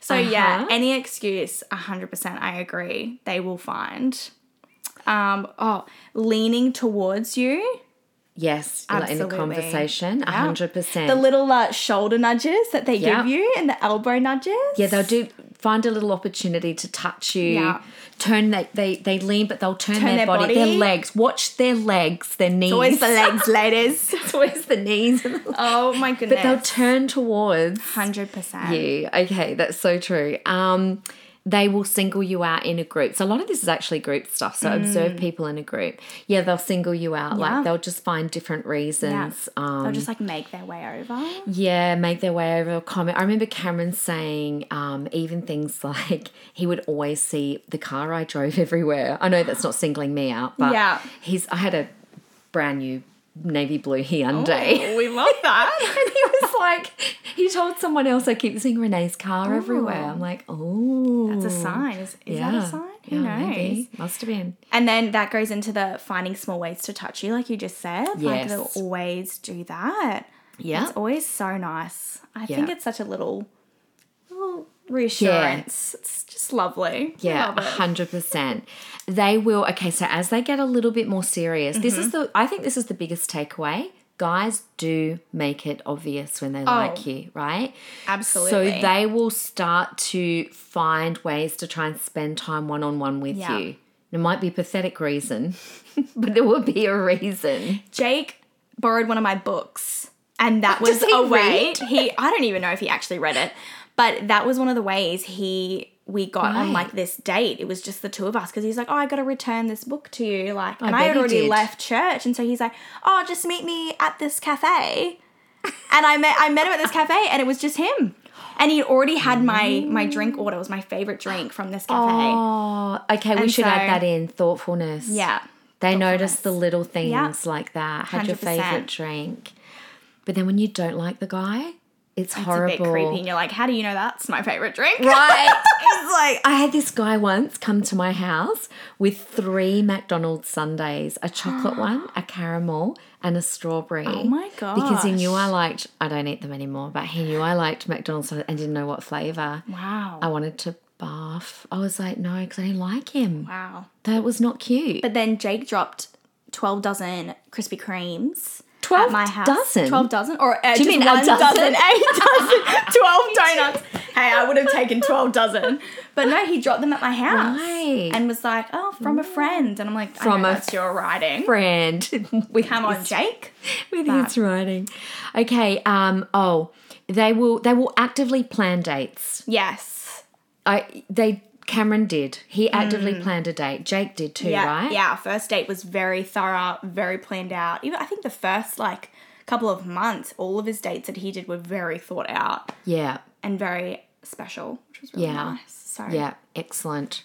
[SPEAKER 2] so yeah
[SPEAKER 1] Uh-huh.
[SPEAKER 2] any excuse 100% i agree they will find um oh leaning towards you
[SPEAKER 1] Yes, like in a
[SPEAKER 2] Absolutely.
[SPEAKER 1] conversation, a
[SPEAKER 2] Yeah.
[SPEAKER 1] 100%.
[SPEAKER 2] the little uh, shoulder nudges that they
[SPEAKER 1] Yeah.
[SPEAKER 2] give you and the elbow nudges.
[SPEAKER 1] yeah, they'll do find a little opportunity to touch you.
[SPEAKER 2] Yeah.
[SPEAKER 1] Turn they they they lean, but they'll turn,
[SPEAKER 2] Turn
[SPEAKER 1] their,
[SPEAKER 2] their
[SPEAKER 1] body, their
[SPEAKER 2] body.
[SPEAKER 1] legs. Watch their legs, their knees.
[SPEAKER 2] Always the legs, ladies.
[SPEAKER 1] it's always the knees. and the legs.
[SPEAKER 2] Oh my
[SPEAKER 1] But they'll
[SPEAKER 2] goodness.
[SPEAKER 1] turn towards
[SPEAKER 2] Hundred percent.
[SPEAKER 1] you. Okay, that's so true. Um, they will single you out in a group. So a lot of this is actually group stuff. So observe people in a group. Yeah, they'll single you out.
[SPEAKER 2] Mm. Yeah.
[SPEAKER 1] Like they'll just find different reasons. Um,
[SPEAKER 2] They'll just like make their way over.
[SPEAKER 1] yeah, make their way over. Comment. I remember Cameron saying um, even things like he would always see the car I drove everywhere. I know that's not singling me out, but
[SPEAKER 2] Yeah.
[SPEAKER 1] he's. I had a brand new navy blue Hyundai.
[SPEAKER 2] Oh, we love that.
[SPEAKER 1] And he was like, he told someone else, I keep seeing Renee's car everywhere. I'm like, oh.
[SPEAKER 2] It's a sign. Is, is that a sign? Who knows?
[SPEAKER 1] maybe. Must have been.
[SPEAKER 2] And then that goes into the finding small ways to touch you, like you just said. Like
[SPEAKER 1] Yes.
[SPEAKER 2] they'll always do that.
[SPEAKER 1] Yeah.
[SPEAKER 2] It's always so nice. I think
[SPEAKER 1] Yeah.
[SPEAKER 2] it's such a little, little reassurance. It's just lovely.
[SPEAKER 1] Yeah,
[SPEAKER 2] Love it.
[SPEAKER 1] hundred percent. They will. Okay, so as they get a little bit more serious, this is
[SPEAKER 2] Mm-hmm.
[SPEAKER 1] the. I think this is the biggest takeaway. Guys do make it obvious when they like you, right? So
[SPEAKER 2] Oh. Absolutely.
[SPEAKER 1] they will start to find ways to try and spend time one on one with
[SPEAKER 2] Yeah.
[SPEAKER 1] you. And It might be a pathetic reason, but there will be a reason.
[SPEAKER 2] Jake borrowed one of my books, and that was
[SPEAKER 1] he
[SPEAKER 2] a way
[SPEAKER 1] read?
[SPEAKER 2] he. I don't even know if he actually read it, but that was one of the ways he we got on
[SPEAKER 1] Right.
[SPEAKER 2] like this date. It was just the two of us because he's like, "Oh, I got to return this book to you," like, and
[SPEAKER 1] bet
[SPEAKER 2] I, had
[SPEAKER 1] he
[SPEAKER 2] already
[SPEAKER 1] did.
[SPEAKER 2] left church, and so he's like, "Oh, just meet me at this cafe," and I met I met him at this cafe, and it was just him. And he already had my my drink order. It was my favorite drink from this cafe.
[SPEAKER 1] Oh, okay. we
[SPEAKER 2] And
[SPEAKER 1] should add
[SPEAKER 2] so-
[SPEAKER 1] that in thoughtfulness.
[SPEAKER 2] Yeah,
[SPEAKER 1] They notice the little things
[SPEAKER 2] Yeah.
[SPEAKER 1] like that. Had your
[SPEAKER 2] 100%.
[SPEAKER 1] favorite drink. But then when you don't like the guy, it's
[SPEAKER 2] it's a
[SPEAKER 1] horrible.
[SPEAKER 2] bit creepy. And you're like, "How do you know that's my favorite drink?"
[SPEAKER 1] Right. it's like I had this guy once come to my house with three McDonald's sundaes, a chocolate one, a caramel, and a strawberry. Oh
[SPEAKER 2] my
[SPEAKER 1] Because he knew I
[SPEAKER 2] gosh.
[SPEAKER 1] liked I don't eat them anymore, but he knew I liked McDonald's sundaes and didn't know what flavour.
[SPEAKER 2] Wow.
[SPEAKER 1] I wanted to barf. I was like, no, because I didn't like him.
[SPEAKER 2] Wow.
[SPEAKER 1] That was not cute.
[SPEAKER 2] But then Jake dropped 12 dozen Krispy Kremes.
[SPEAKER 1] 12
[SPEAKER 2] at my house.
[SPEAKER 1] dozen?
[SPEAKER 2] 12 dozen? Or uh, just
[SPEAKER 1] mean a
[SPEAKER 2] one
[SPEAKER 1] dozen?
[SPEAKER 2] dozen, eight dozen, 12 donuts. Hey, I would have taken 12 dozen. But no, he dropped them at my house.
[SPEAKER 1] Right.
[SPEAKER 2] And was like, oh, from a friend. And I'm like,
[SPEAKER 1] From
[SPEAKER 2] from
[SPEAKER 1] a
[SPEAKER 2] know that's your writing.
[SPEAKER 1] friend with
[SPEAKER 2] Come on, Jake.
[SPEAKER 1] with his writing. Okay. Um. Oh, they will. They will actively plan dates.
[SPEAKER 2] Yes.
[SPEAKER 1] I. They. Cameron did. He actively planned a date. Jake did too,
[SPEAKER 2] Mm. Yeah.
[SPEAKER 1] right?
[SPEAKER 2] Yeah. Our first date was very thorough, very planned out. Even I think the first like couple of months, all of his dates that he did were very thought out.
[SPEAKER 1] Yeah.
[SPEAKER 2] and very special, which was really
[SPEAKER 1] Yeah.
[SPEAKER 2] nice. So
[SPEAKER 1] Yeah. Excellent.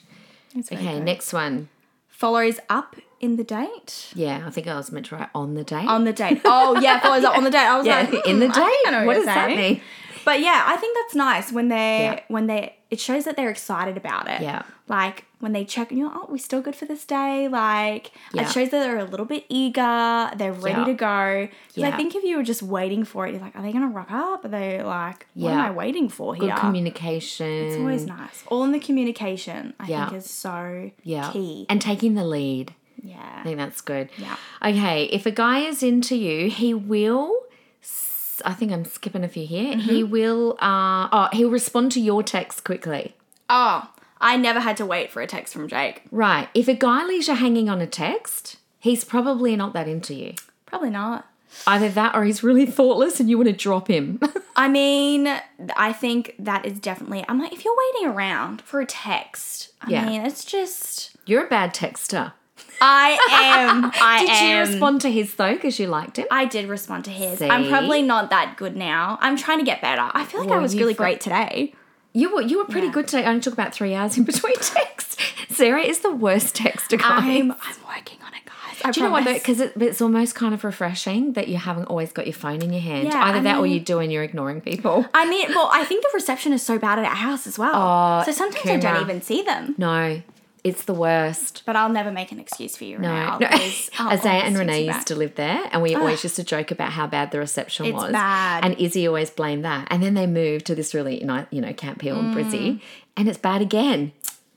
[SPEAKER 2] it's really
[SPEAKER 1] Okay.
[SPEAKER 2] good.
[SPEAKER 1] Next one.
[SPEAKER 2] follows up in the date.
[SPEAKER 1] Yeah. I think I was meant to write on the date.
[SPEAKER 2] On the date. Oh yeah, follows up on the date. I was
[SPEAKER 1] yeah.
[SPEAKER 2] like,
[SPEAKER 1] in the
[SPEAKER 2] "Hmm,
[SPEAKER 1] date.
[SPEAKER 2] I think I know what,
[SPEAKER 1] what
[SPEAKER 2] you're
[SPEAKER 1] does that
[SPEAKER 2] saying."
[SPEAKER 1] mean?
[SPEAKER 2] But yeah, I think that's nice when they
[SPEAKER 1] Yeah.
[SPEAKER 2] when they it shows that they're excited about it.
[SPEAKER 1] Yeah.
[SPEAKER 2] Like when they check and you're like, oh, we're still good for this day. Like
[SPEAKER 1] Yeah.
[SPEAKER 2] it shows that they're a little bit eager, they're ready
[SPEAKER 1] Yeah.
[SPEAKER 2] to go. Because
[SPEAKER 1] Yeah.
[SPEAKER 2] I think if you were just waiting for it, you're like, are they gonna rock up? Are they like, what am
[SPEAKER 1] Yeah.
[SPEAKER 2] I waiting for
[SPEAKER 1] Good
[SPEAKER 2] here?
[SPEAKER 1] communication.
[SPEAKER 2] It's always nice. All in the communication, I
[SPEAKER 1] Yeah.
[SPEAKER 2] think, is so
[SPEAKER 1] Yeah.
[SPEAKER 2] key.
[SPEAKER 1] And taking the lead. I
[SPEAKER 2] yeah.
[SPEAKER 1] think that's good.
[SPEAKER 2] Yeah.
[SPEAKER 1] Okay, if a guy is into you, he will. s- I think I'm skipping a few here.
[SPEAKER 2] Mm-hmm.
[SPEAKER 1] He will. Uh, oh, he'll respond to your text quickly.
[SPEAKER 2] Oh, I never had to wait for a text from Jake.
[SPEAKER 1] Right. If a guy leaves you hanging on a text, he's probably not that into you.
[SPEAKER 2] Probably not.
[SPEAKER 1] Either that, or he's really thoughtless, and you want to drop him.
[SPEAKER 2] I mean, I think that is definitely. I'm like, if you're waiting around for a text, I
[SPEAKER 1] Yeah.
[SPEAKER 2] mean, it's just.
[SPEAKER 1] You're a bad texter.
[SPEAKER 2] I am. I
[SPEAKER 1] Did
[SPEAKER 2] am.
[SPEAKER 1] you respond to his though, because you liked him?
[SPEAKER 2] I did respond to his. I'm
[SPEAKER 1] See?
[SPEAKER 2] probably not that good now. I'm trying to get better. I feel like
[SPEAKER 1] Well,
[SPEAKER 2] I was
[SPEAKER 1] you
[SPEAKER 2] really
[SPEAKER 1] fo-
[SPEAKER 2] great today.
[SPEAKER 1] you were you were pretty
[SPEAKER 2] Yeah.
[SPEAKER 1] good today. I only took about three hours in between texts. Sarah is the worst texter. Guys.
[SPEAKER 2] I'm. I'm working on it, guys. I
[SPEAKER 1] Do you know what though?
[SPEAKER 2] promise.
[SPEAKER 1] Because it, it's almost kind of refreshing that you haven't always got your phone in your hand.
[SPEAKER 2] Yeah,
[SPEAKER 1] Either
[SPEAKER 2] I
[SPEAKER 1] that or
[SPEAKER 2] mean-
[SPEAKER 1] you do and you're ignoring people.
[SPEAKER 2] I mean, well, I think the reception is so bad at our house as well.
[SPEAKER 1] Oh,
[SPEAKER 2] so sometimes I
[SPEAKER 1] Coomera.
[SPEAKER 2] don't even see them.
[SPEAKER 1] No, it's the worst.
[SPEAKER 2] But I'll never make an excuse for you, Renee.
[SPEAKER 1] No,
[SPEAKER 2] I'll
[SPEAKER 1] no.
[SPEAKER 2] always- I'll
[SPEAKER 1] Isaiah and
[SPEAKER 2] always text
[SPEAKER 1] Renee
[SPEAKER 2] you
[SPEAKER 1] used
[SPEAKER 2] back.
[SPEAKER 1] to live there, and we always used to joke about how bad the reception
[SPEAKER 2] It's
[SPEAKER 1] was.
[SPEAKER 2] bad.
[SPEAKER 1] And Izzy always blamed that. And then they moved to this really nice, you know, Camp Hill and
[SPEAKER 2] Mm.
[SPEAKER 1] Brizzy, and it's bad again.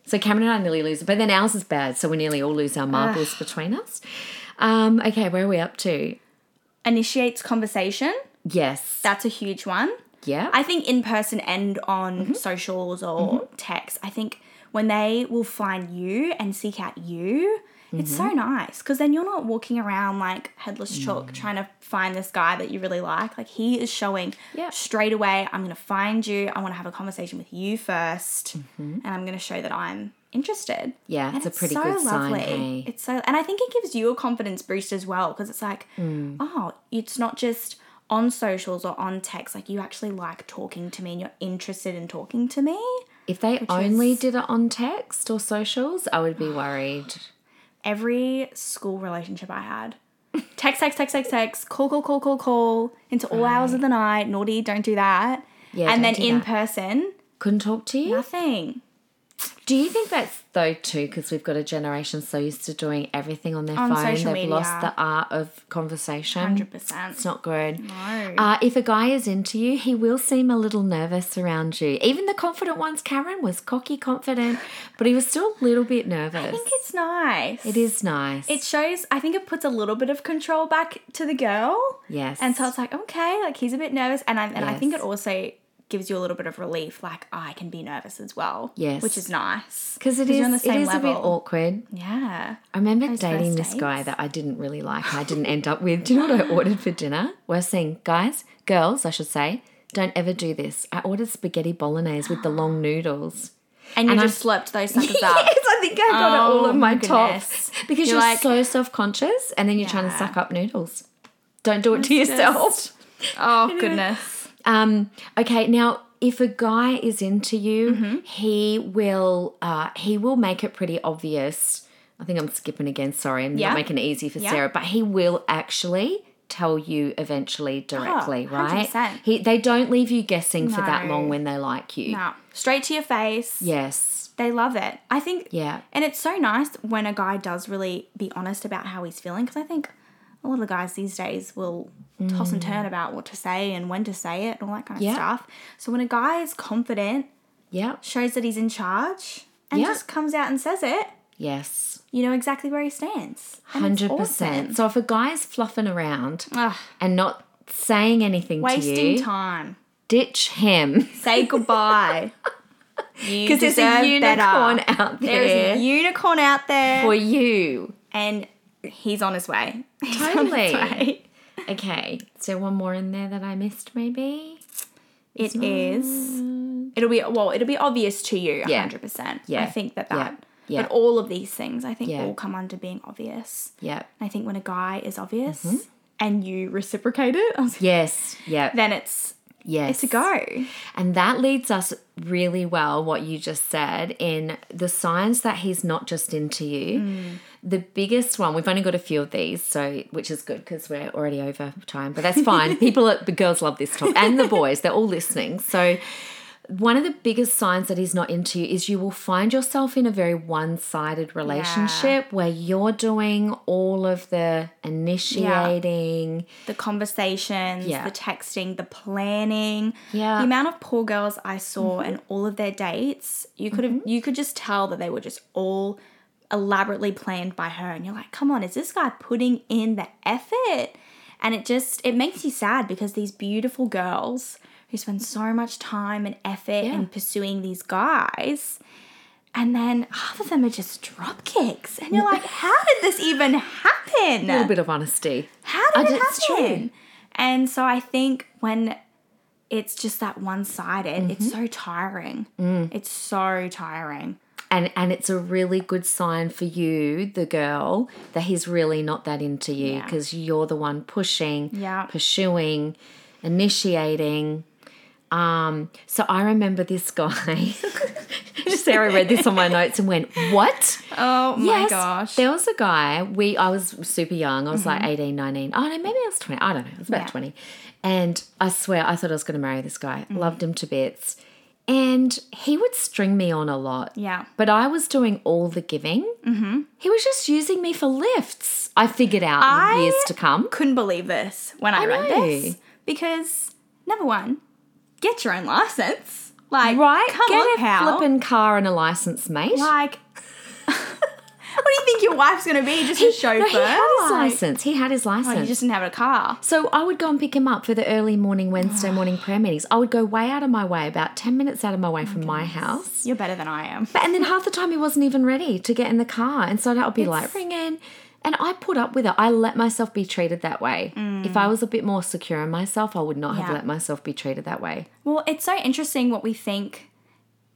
[SPEAKER 1] So Cameron and I nearly lose, but then ours is bad, so we nearly all lose our marbles between us. Um, okay, where are we up to?
[SPEAKER 2] Initiates conversation.
[SPEAKER 1] Yes.
[SPEAKER 2] That's a huge one.
[SPEAKER 1] Yeah.
[SPEAKER 2] I think in person and on socials or text, I think when they will find you and seek out you, it's so nice because then you're not walking around like headless chalk trying to find this guy that you really like. Like he is showing
[SPEAKER 1] Yeah.
[SPEAKER 2] straight away, I'm going to find you. I want to have a conversation with you 1st and I'm going to show that I'm interested.
[SPEAKER 1] Yeah,
[SPEAKER 2] And
[SPEAKER 1] it's a pretty good sign, hey?
[SPEAKER 2] It's so, and I think it gives you a confidence boost as well because it's like,
[SPEAKER 1] Mm.
[SPEAKER 2] oh, it's not just on socials or on text. Like you actually like talking to me and you're interested in talking to me.
[SPEAKER 1] if they only did it on text or socials, I would be worried.
[SPEAKER 2] Every school relationship I had, text, text, text, text, text, call, call, call, call, call into all hours of the night. Naughty, don't do that.
[SPEAKER 1] Yeah,
[SPEAKER 2] and
[SPEAKER 1] don't
[SPEAKER 2] then
[SPEAKER 1] do
[SPEAKER 2] in
[SPEAKER 1] that.
[SPEAKER 2] person,
[SPEAKER 1] Couldn't talk to you.
[SPEAKER 2] nothing.
[SPEAKER 1] Do you think that's though too because we've got a generation so used to doing everything on their
[SPEAKER 2] On
[SPEAKER 1] phone, they've
[SPEAKER 2] social
[SPEAKER 1] lost
[SPEAKER 2] media.
[SPEAKER 1] the art of conversation.
[SPEAKER 2] Hundred
[SPEAKER 1] It's
[SPEAKER 2] percent.
[SPEAKER 1] not good.
[SPEAKER 2] No.
[SPEAKER 1] Uh, if a guy is into you, he will seem a little nervous around you. Even the confident ones, Karen was cocky, confident, but he was still a little bit nervous.
[SPEAKER 2] I think it's nice.
[SPEAKER 1] it is nice.
[SPEAKER 2] It shows. I think it puts a little bit of control back to the girl.
[SPEAKER 1] yes,
[SPEAKER 2] And so it's like, okay, like he's a bit nervous. And, I, and I think
[SPEAKER 1] Yes.
[SPEAKER 2] it also gives you a little bit of relief, like, oh, I can be nervous as well.
[SPEAKER 1] Yes.
[SPEAKER 2] Which is nice.
[SPEAKER 1] because it
[SPEAKER 2] you're on
[SPEAKER 1] is
[SPEAKER 2] the
[SPEAKER 1] it
[SPEAKER 2] same
[SPEAKER 1] is a bit
[SPEAKER 2] level.
[SPEAKER 1] awkward.
[SPEAKER 2] Yeah.
[SPEAKER 1] I remember dating
[SPEAKER 2] first
[SPEAKER 1] this guy
[SPEAKER 2] dates.
[SPEAKER 1] that I didn't really like. and I didn't end up with. Do you know what I ordered for dinner? Worst thing, guys, girls, I should say, don't ever do this. I ordered spaghetti bolognese with the long noodles.
[SPEAKER 2] And you
[SPEAKER 1] And I-
[SPEAKER 2] just slurped those
[SPEAKER 1] yes,
[SPEAKER 2] suckers up.
[SPEAKER 1] I think I got it all
[SPEAKER 2] Oh
[SPEAKER 1] on my
[SPEAKER 2] my
[SPEAKER 1] tops
[SPEAKER 2] goodness.
[SPEAKER 1] because you're,
[SPEAKER 2] You're like-
[SPEAKER 1] so self conscious, and then you're trying to
[SPEAKER 2] Yeah.
[SPEAKER 1] suck up noodles. Don't do it to yourself.
[SPEAKER 2] Oh, goodness.
[SPEAKER 1] Um, okay, now if a guy is into you,
[SPEAKER 2] Mm-hmm.
[SPEAKER 1] he will uh, he will make it pretty obvious. I think I'm skipping again. Sorry, I'm
[SPEAKER 2] Yeah.
[SPEAKER 1] not making it easy for
[SPEAKER 2] Yeah.
[SPEAKER 1] Sarah, but he will actually tell you eventually directly, right?
[SPEAKER 2] 100%.
[SPEAKER 1] He they don't leave you guessing for that
[SPEAKER 2] No.
[SPEAKER 1] long when they like you.
[SPEAKER 2] No. Straight to your face.
[SPEAKER 1] Yes.
[SPEAKER 2] They love it. I think.
[SPEAKER 1] Yeah.
[SPEAKER 2] And it's so nice when a guy does really be honest about how he's feeling because I think a lot of guys these days will toss and turn about what to say and when to say it and all that kind of
[SPEAKER 1] Mm. Yeah.
[SPEAKER 2] stuff. So when a guy is confident,
[SPEAKER 1] Yeah.
[SPEAKER 2] shows that he's in charge, and
[SPEAKER 1] Yeah.
[SPEAKER 2] just comes out and says it,
[SPEAKER 1] Yes.
[SPEAKER 2] you know exactly where he stands. And it's
[SPEAKER 1] Hundred percent. So if a guy's fluffing around
[SPEAKER 2] awesome. Ugh,
[SPEAKER 1] and not saying anything to
[SPEAKER 2] wasting
[SPEAKER 1] you,
[SPEAKER 2] time.
[SPEAKER 1] ditch him
[SPEAKER 2] Say goodbye.
[SPEAKER 1] because
[SPEAKER 2] Because
[SPEAKER 1] there's a unicorn out
[SPEAKER 2] There is
[SPEAKER 1] there
[SPEAKER 2] a unicorn out there,
[SPEAKER 1] for you.
[SPEAKER 2] and he's on his way. He's
[SPEAKER 1] Totally.
[SPEAKER 2] on his way.
[SPEAKER 1] Okay, so one more in there that I missed, maybe.
[SPEAKER 2] It is. It'll be well. It'll be obvious to you.
[SPEAKER 1] Yeah.
[SPEAKER 2] hundred percent.
[SPEAKER 1] Yeah.
[SPEAKER 2] I think that
[SPEAKER 1] Yeah.
[SPEAKER 2] that.
[SPEAKER 1] Yeah.
[SPEAKER 2] But all of these things, I think,
[SPEAKER 1] Yeah.
[SPEAKER 2] all come under being obvious.
[SPEAKER 1] Yep.
[SPEAKER 2] I think when a guy is obvious
[SPEAKER 1] Mm-hmm.
[SPEAKER 2] and you reciprocate it, I was like,
[SPEAKER 1] Yes. Yep.
[SPEAKER 2] then it's
[SPEAKER 1] yes.
[SPEAKER 2] it's a go.
[SPEAKER 1] And that leads us really well, what you just said, in the signs that he's not just into you. The biggest one, we've only got a few of these, so which is good because we're already over time, but that's fine. People, are- the girls love this topic and the boys, they're all listening. So, one of the biggest signs that he's not into you is you will find yourself in a very one sided relationship where you're doing all of the initiating.
[SPEAKER 2] The conversations,
[SPEAKER 1] Yeah.
[SPEAKER 2] the texting, the planning.
[SPEAKER 1] Yeah. Mm-hmm.
[SPEAKER 2] The amount of poor girls I saw and all of their dates, you could have you could just tell that they were just all elaborately planned by her and you're like, "Come on, is this guy putting in the effort?" And it just it makes you sad because these beautiful girls who spend so much time and effort in pursuing these guys and then half of them are just drop kicks and you're like, "How did this even happen?"
[SPEAKER 1] A little bit of honesty.
[SPEAKER 2] How did
[SPEAKER 1] And
[SPEAKER 2] it
[SPEAKER 1] it's true.
[SPEAKER 2] happen? And so I think when it's just that one sided, it's
[SPEAKER 1] Mm-hmm.
[SPEAKER 2] so tiring.
[SPEAKER 1] Mm.
[SPEAKER 2] It's so tiring.
[SPEAKER 1] and and it's a really good sign for you the girl that he's really not that into you
[SPEAKER 2] Yeah.
[SPEAKER 1] because you're the one pushing
[SPEAKER 2] Yeah.
[SPEAKER 1] pursuing initiating um so i remember this guy Sarah read this on my notes and went, What?
[SPEAKER 2] Oh my gosh. Mm-hmm.
[SPEAKER 1] There was a guy, we I was super young. I was like 18, 19. Oh no, maybe I was 20. I don't know. I was about
[SPEAKER 2] Yeah.
[SPEAKER 1] 20. And I swear I thought I was going to marry this guy.
[SPEAKER 2] Mm-hmm.
[SPEAKER 1] Loved him to bits. And he would string me on a lot.
[SPEAKER 2] Yeah.
[SPEAKER 1] But I was doing all the giving. Mm-hmm. He was just using me for lifts. I figured out in years
[SPEAKER 2] I
[SPEAKER 1] to come.
[SPEAKER 2] Couldn't believe this when I,
[SPEAKER 1] I
[SPEAKER 2] read
[SPEAKER 1] know.
[SPEAKER 2] this because number one, get your own license. Like,
[SPEAKER 1] Right?
[SPEAKER 2] Come
[SPEAKER 1] Get
[SPEAKER 2] on,
[SPEAKER 1] a
[SPEAKER 2] pal.
[SPEAKER 1] flippin' car and a license, mate.
[SPEAKER 2] like, what do you think your wife's gonna be? Just a chauffeur?
[SPEAKER 1] No, he had his
[SPEAKER 2] Like,
[SPEAKER 1] license. He had his
[SPEAKER 2] oh,
[SPEAKER 1] license.
[SPEAKER 2] you just didn't have a car.
[SPEAKER 1] So I would go and pick him up for the early morning Wednesday morning prayer meetings. I would go way out of my way, about 10 minutes out of my
[SPEAKER 2] Oh
[SPEAKER 1] way from my house.
[SPEAKER 2] You're better than I am.
[SPEAKER 1] But and then half the time he wasn't even ready to get in the car. And so that would be like ringing. And I put up with it. I let myself be treated that way. If I was a bit more secure in myself, I would not have
[SPEAKER 2] Mm. Yeah.
[SPEAKER 1] let myself be treated that way.
[SPEAKER 2] Well, it's so interesting what we think,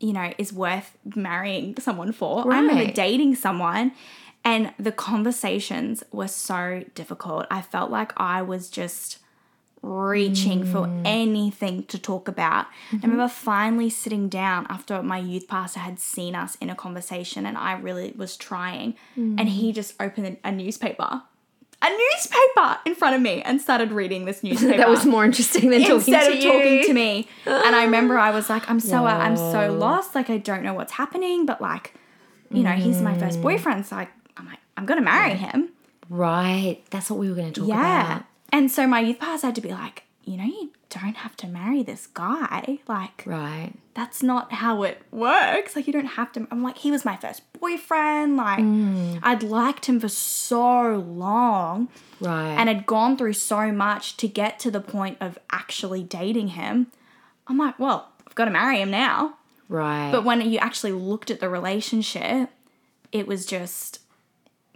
[SPEAKER 2] you know, is worth marrying someone for. I remember
[SPEAKER 1] Right.
[SPEAKER 2] dating someone and the conversations were so difficult. I felt like I was just reaching
[SPEAKER 1] Mm.
[SPEAKER 2] for anything to talk about.
[SPEAKER 1] Mm-hmm.
[SPEAKER 2] I remember finally sitting down after my youth pastor had seen us in a conversation and I really was trying and
[SPEAKER 1] Mm.
[SPEAKER 2] he just opened a newspaper. A newspaper in front of me and started reading this newspaper
[SPEAKER 1] That was more interesting than talking
[SPEAKER 2] instead
[SPEAKER 1] to
[SPEAKER 2] of
[SPEAKER 1] you.
[SPEAKER 2] talking to me. And I remember I was like, I'm so I'm so lost. Like I don't know what's happening, but like, you know, he's my
[SPEAKER 1] Mm.
[SPEAKER 2] first boyfriend. So I, I'm like, I'm gonna marry him.
[SPEAKER 1] Right. That's what we were going to talk
[SPEAKER 2] Yeah.
[SPEAKER 1] about.
[SPEAKER 2] And so my youth pastor had to be like, you know, you don't have to marry this guy. Like
[SPEAKER 1] Right.
[SPEAKER 2] that's not how it works. Like you don't have to. I'm like, he was my first boyfriend. Like
[SPEAKER 1] Mm.
[SPEAKER 2] I'd liked him for so long
[SPEAKER 1] Right.
[SPEAKER 2] and had gone through so much to get to the point of actually dating him, I'm like, well, I've got to marry him now.
[SPEAKER 1] right.
[SPEAKER 2] But when you actually looked at the relationship, it was just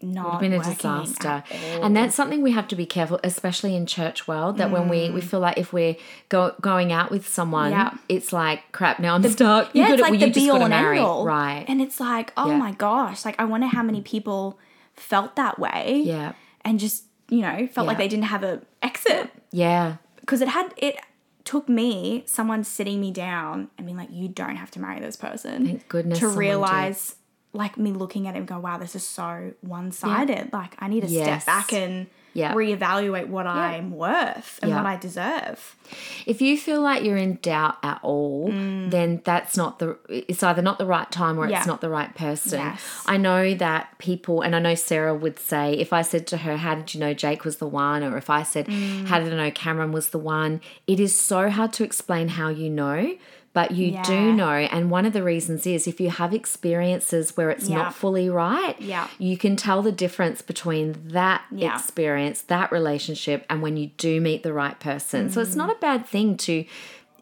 [SPEAKER 2] not
[SPEAKER 1] been a
[SPEAKER 2] working at
[SPEAKER 1] disaster
[SPEAKER 2] all.
[SPEAKER 1] and that's something we have to be careful especially in church world that when we we feel like if we're go, going out with someone
[SPEAKER 2] Mm. Yeah.
[SPEAKER 1] it's like crap now i'm stuck you
[SPEAKER 2] Yeah,
[SPEAKER 1] gotta-
[SPEAKER 2] it's like
[SPEAKER 1] well,
[SPEAKER 2] the
[SPEAKER 1] you just
[SPEAKER 2] be all
[SPEAKER 1] gotta
[SPEAKER 2] and
[SPEAKER 1] marry
[SPEAKER 2] end all,
[SPEAKER 1] right
[SPEAKER 2] And it's like, oh
[SPEAKER 1] Yeah.
[SPEAKER 2] my gosh! Like I wonder how many people felt that way.
[SPEAKER 1] yeah
[SPEAKER 2] And just you know felt like
[SPEAKER 1] Yeah.
[SPEAKER 2] they didn't have a exit
[SPEAKER 1] yeah
[SPEAKER 2] because it had it took me someone sitting me down and being like, you don't have to marry this person.
[SPEAKER 1] thank goodness
[SPEAKER 2] to
[SPEAKER 1] someone did.
[SPEAKER 2] realize like me looking at it and go, wow, this is so one sided. Like I need to
[SPEAKER 1] Yes.
[SPEAKER 2] step back and
[SPEAKER 1] Yeah.
[SPEAKER 2] reevaluate what I'm worth and
[SPEAKER 1] Yeah.
[SPEAKER 2] what I deserve.
[SPEAKER 1] if you feel like you're in doubt at all then that's not the it's either not the right time or
[SPEAKER 2] Mm. Yeah.
[SPEAKER 1] it's not the right person
[SPEAKER 2] Yes.
[SPEAKER 1] i know that people and i know sarah would say if i said to her how did you know jake was the one or if i said
[SPEAKER 2] Mm.
[SPEAKER 1] how did i know cameron was the one it is so hard to explain how you know but you do
[SPEAKER 2] Yeah.
[SPEAKER 1] know and one of the reasons is if you have experiences where it's
[SPEAKER 2] Yeah.
[SPEAKER 1] not fully right
[SPEAKER 2] Yeah.
[SPEAKER 1] you can tell the difference between that
[SPEAKER 2] Yeah.
[SPEAKER 1] experience, that relationship, and when you do meet the right person. So it's not a bad thing to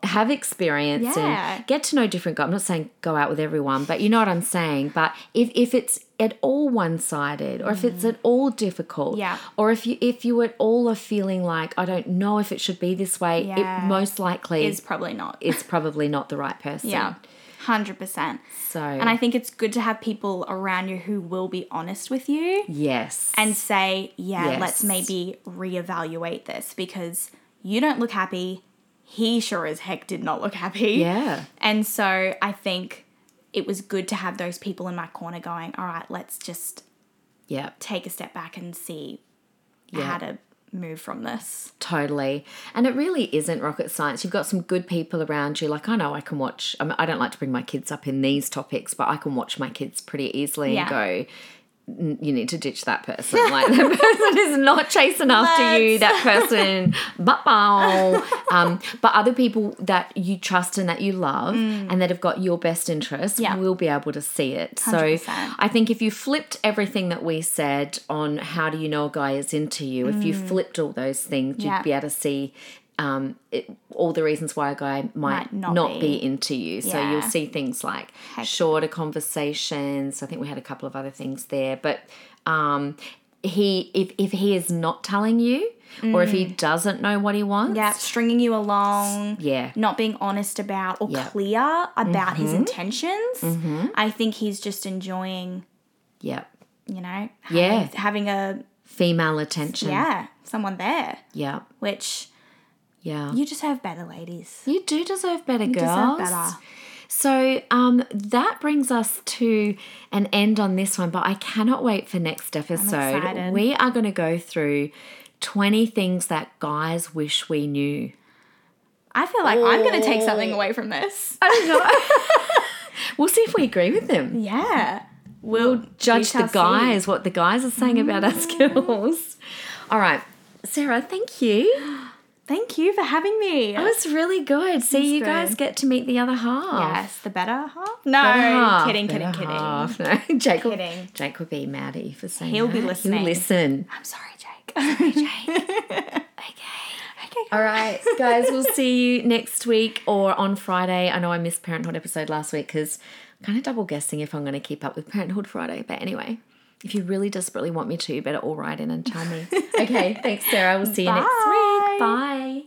[SPEAKER 1] have experience
[SPEAKER 2] Yeah.
[SPEAKER 1] and get to know different guys. I'm not saying go out with everyone, but you know what I'm saying. But if, if it's at all one sided or if it's at all difficult.
[SPEAKER 2] Yeah.
[SPEAKER 1] Or if you if you at all are feeling like I don't know if it should be this way,
[SPEAKER 2] Yeah.
[SPEAKER 1] it most likely
[SPEAKER 2] Is
[SPEAKER 1] is
[SPEAKER 2] probably not.
[SPEAKER 1] it's probably not the right person.
[SPEAKER 2] yeah. Hundred percent.
[SPEAKER 1] So
[SPEAKER 2] And I think it's good to have people around you who will be honest with you
[SPEAKER 1] yes.
[SPEAKER 2] and say, yeah,
[SPEAKER 1] Yes.
[SPEAKER 2] let's maybe reevaluate this because you don't look happy. He sure as heck did not look happy.
[SPEAKER 1] yeah.
[SPEAKER 2] And so I think it was good to have those people in my corner going, all right, let's just
[SPEAKER 1] Yeah.
[SPEAKER 2] take a step back and see
[SPEAKER 1] Yeah.
[SPEAKER 2] how to move from this.
[SPEAKER 1] Totally. And it really isn't rocket science. You've got some good people around you. Like, I know I can watch, I, mean, I don't like to bring my kids up in these topics, but I can watch my kids pretty easily
[SPEAKER 2] Yeah.
[SPEAKER 1] and go, "N- you need to ditch that person. Like, that person is not chasing after you. That person, but um, But other people that you trust and that you love and that have got your best interest
[SPEAKER 2] Mm. Yeah.
[SPEAKER 1] will be able to see it. So
[SPEAKER 2] 100%.
[SPEAKER 1] I think if you flipped everything that we said on how do you know a guy is into you, if you flipped all those things, you'd
[SPEAKER 2] Mm. Yeah.
[SPEAKER 1] be able to see um, it, all the reasons why a guy might, not,
[SPEAKER 2] not
[SPEAKER 1] be.
[SPEAKER 2] be.
[SPEAKER 1] into you. So
[SPEAKER 2] Yeah.
[SPEAKER 1] you'll see things like shorter conversations. I think we had a couple of other things there, but um, he if if he is not telling you, or if he
[SPEAKER 2] Mm.
[SPEAKER 1] doesn't know what he wants,
[SPEAKER 2] Yeah, stringing you along.
[SPEAKER 1] yeah,
[SPEAKER 2] Not being honest about or
[SPEAKER 1] Yeah.
[SPEAKER 2] clear about
[SPEAKER 1] Mm-hmm.
[SPEAKER 2] his intentions. I think he's just enjoying,
[SPEAKER 1] yeah,
[SPEAKER 2] you know, having,
[SPEAKER 1] Yeah. Mm.
[SPEAKER 2] having a
[SPEAKER 1] female attention,
[SPEAKER 2] yeah, someone there,
[SPEAKER 1] yeah,
[SPEAKER 2] which
[SPEAKER 1] yeah.
[SPEAKER 2] you deserve better ladies.
[SPEAKER 1] You do deserve better,
[SPEAKER 2] You
[SPEAKER 1] girls.
[SPEAKER 2] deserve better.
[SPEAKER 1] So um, that brings us to an end on this one, but I cannot wait for next episode.
[SPEAKER 2] excited.
[SPEAKER 1] We are going to go through 20 things that guys wish we knew.
[SPEAKER 2] I feel like I'm going to take something away from this.
[SPEAKER 1] We'll see if we agree with them.
[SPEAKER 2] Yeah. We'll we
[SPEAKER 1] Judge
[SPEAKER 2] shall
[SPEAKER 1] the
[SPEAKER 2] see. Mm.
[SPEAKER 1] guys, what the guys are saying about our skills. All right. Sarah, thank you.
[SPEAKER 2] Thank you for having me.
[SPEAKER 1] That was really good. See, you guys
[SPEAKER 2] good.
[SPEAKER 1] get to meet the other half.
[SPEAKER 2] Yes, the better half. No,
[SPEAKER 1] Better half,
[SPEAKER 2] kidding, kidding,
[SPEAKER 1] better
[SPEAKER 2] kidding.
[SPEAKER 1] half. No, Jake will,
[SPEAKER 2] Kidding.
[SPEAKER 1] Jake will be mad at you for saying
[SPEAKER 2] He'll be
[SPEAKER 1] that.
[SPEAKER 2] listening.
[SPEAKER 1] He'll listen.
[SPEAKER 2] I'm sorry, Jake. Sorry, Jake. okay.
[SPEAKER 1] All right, guys, we'll see you next week or on Friday. I know I missed Parenthood episode last week because I'm kind of double guessing if I'm going to keep up with Parenthood Friday. But anyway, if you really desperately want me to, you better all write in and tell me. okay, thanks, Sarah. We'll see you next
[SPEAKER 2] Bye.
[SPEAKER 1] week. Bye.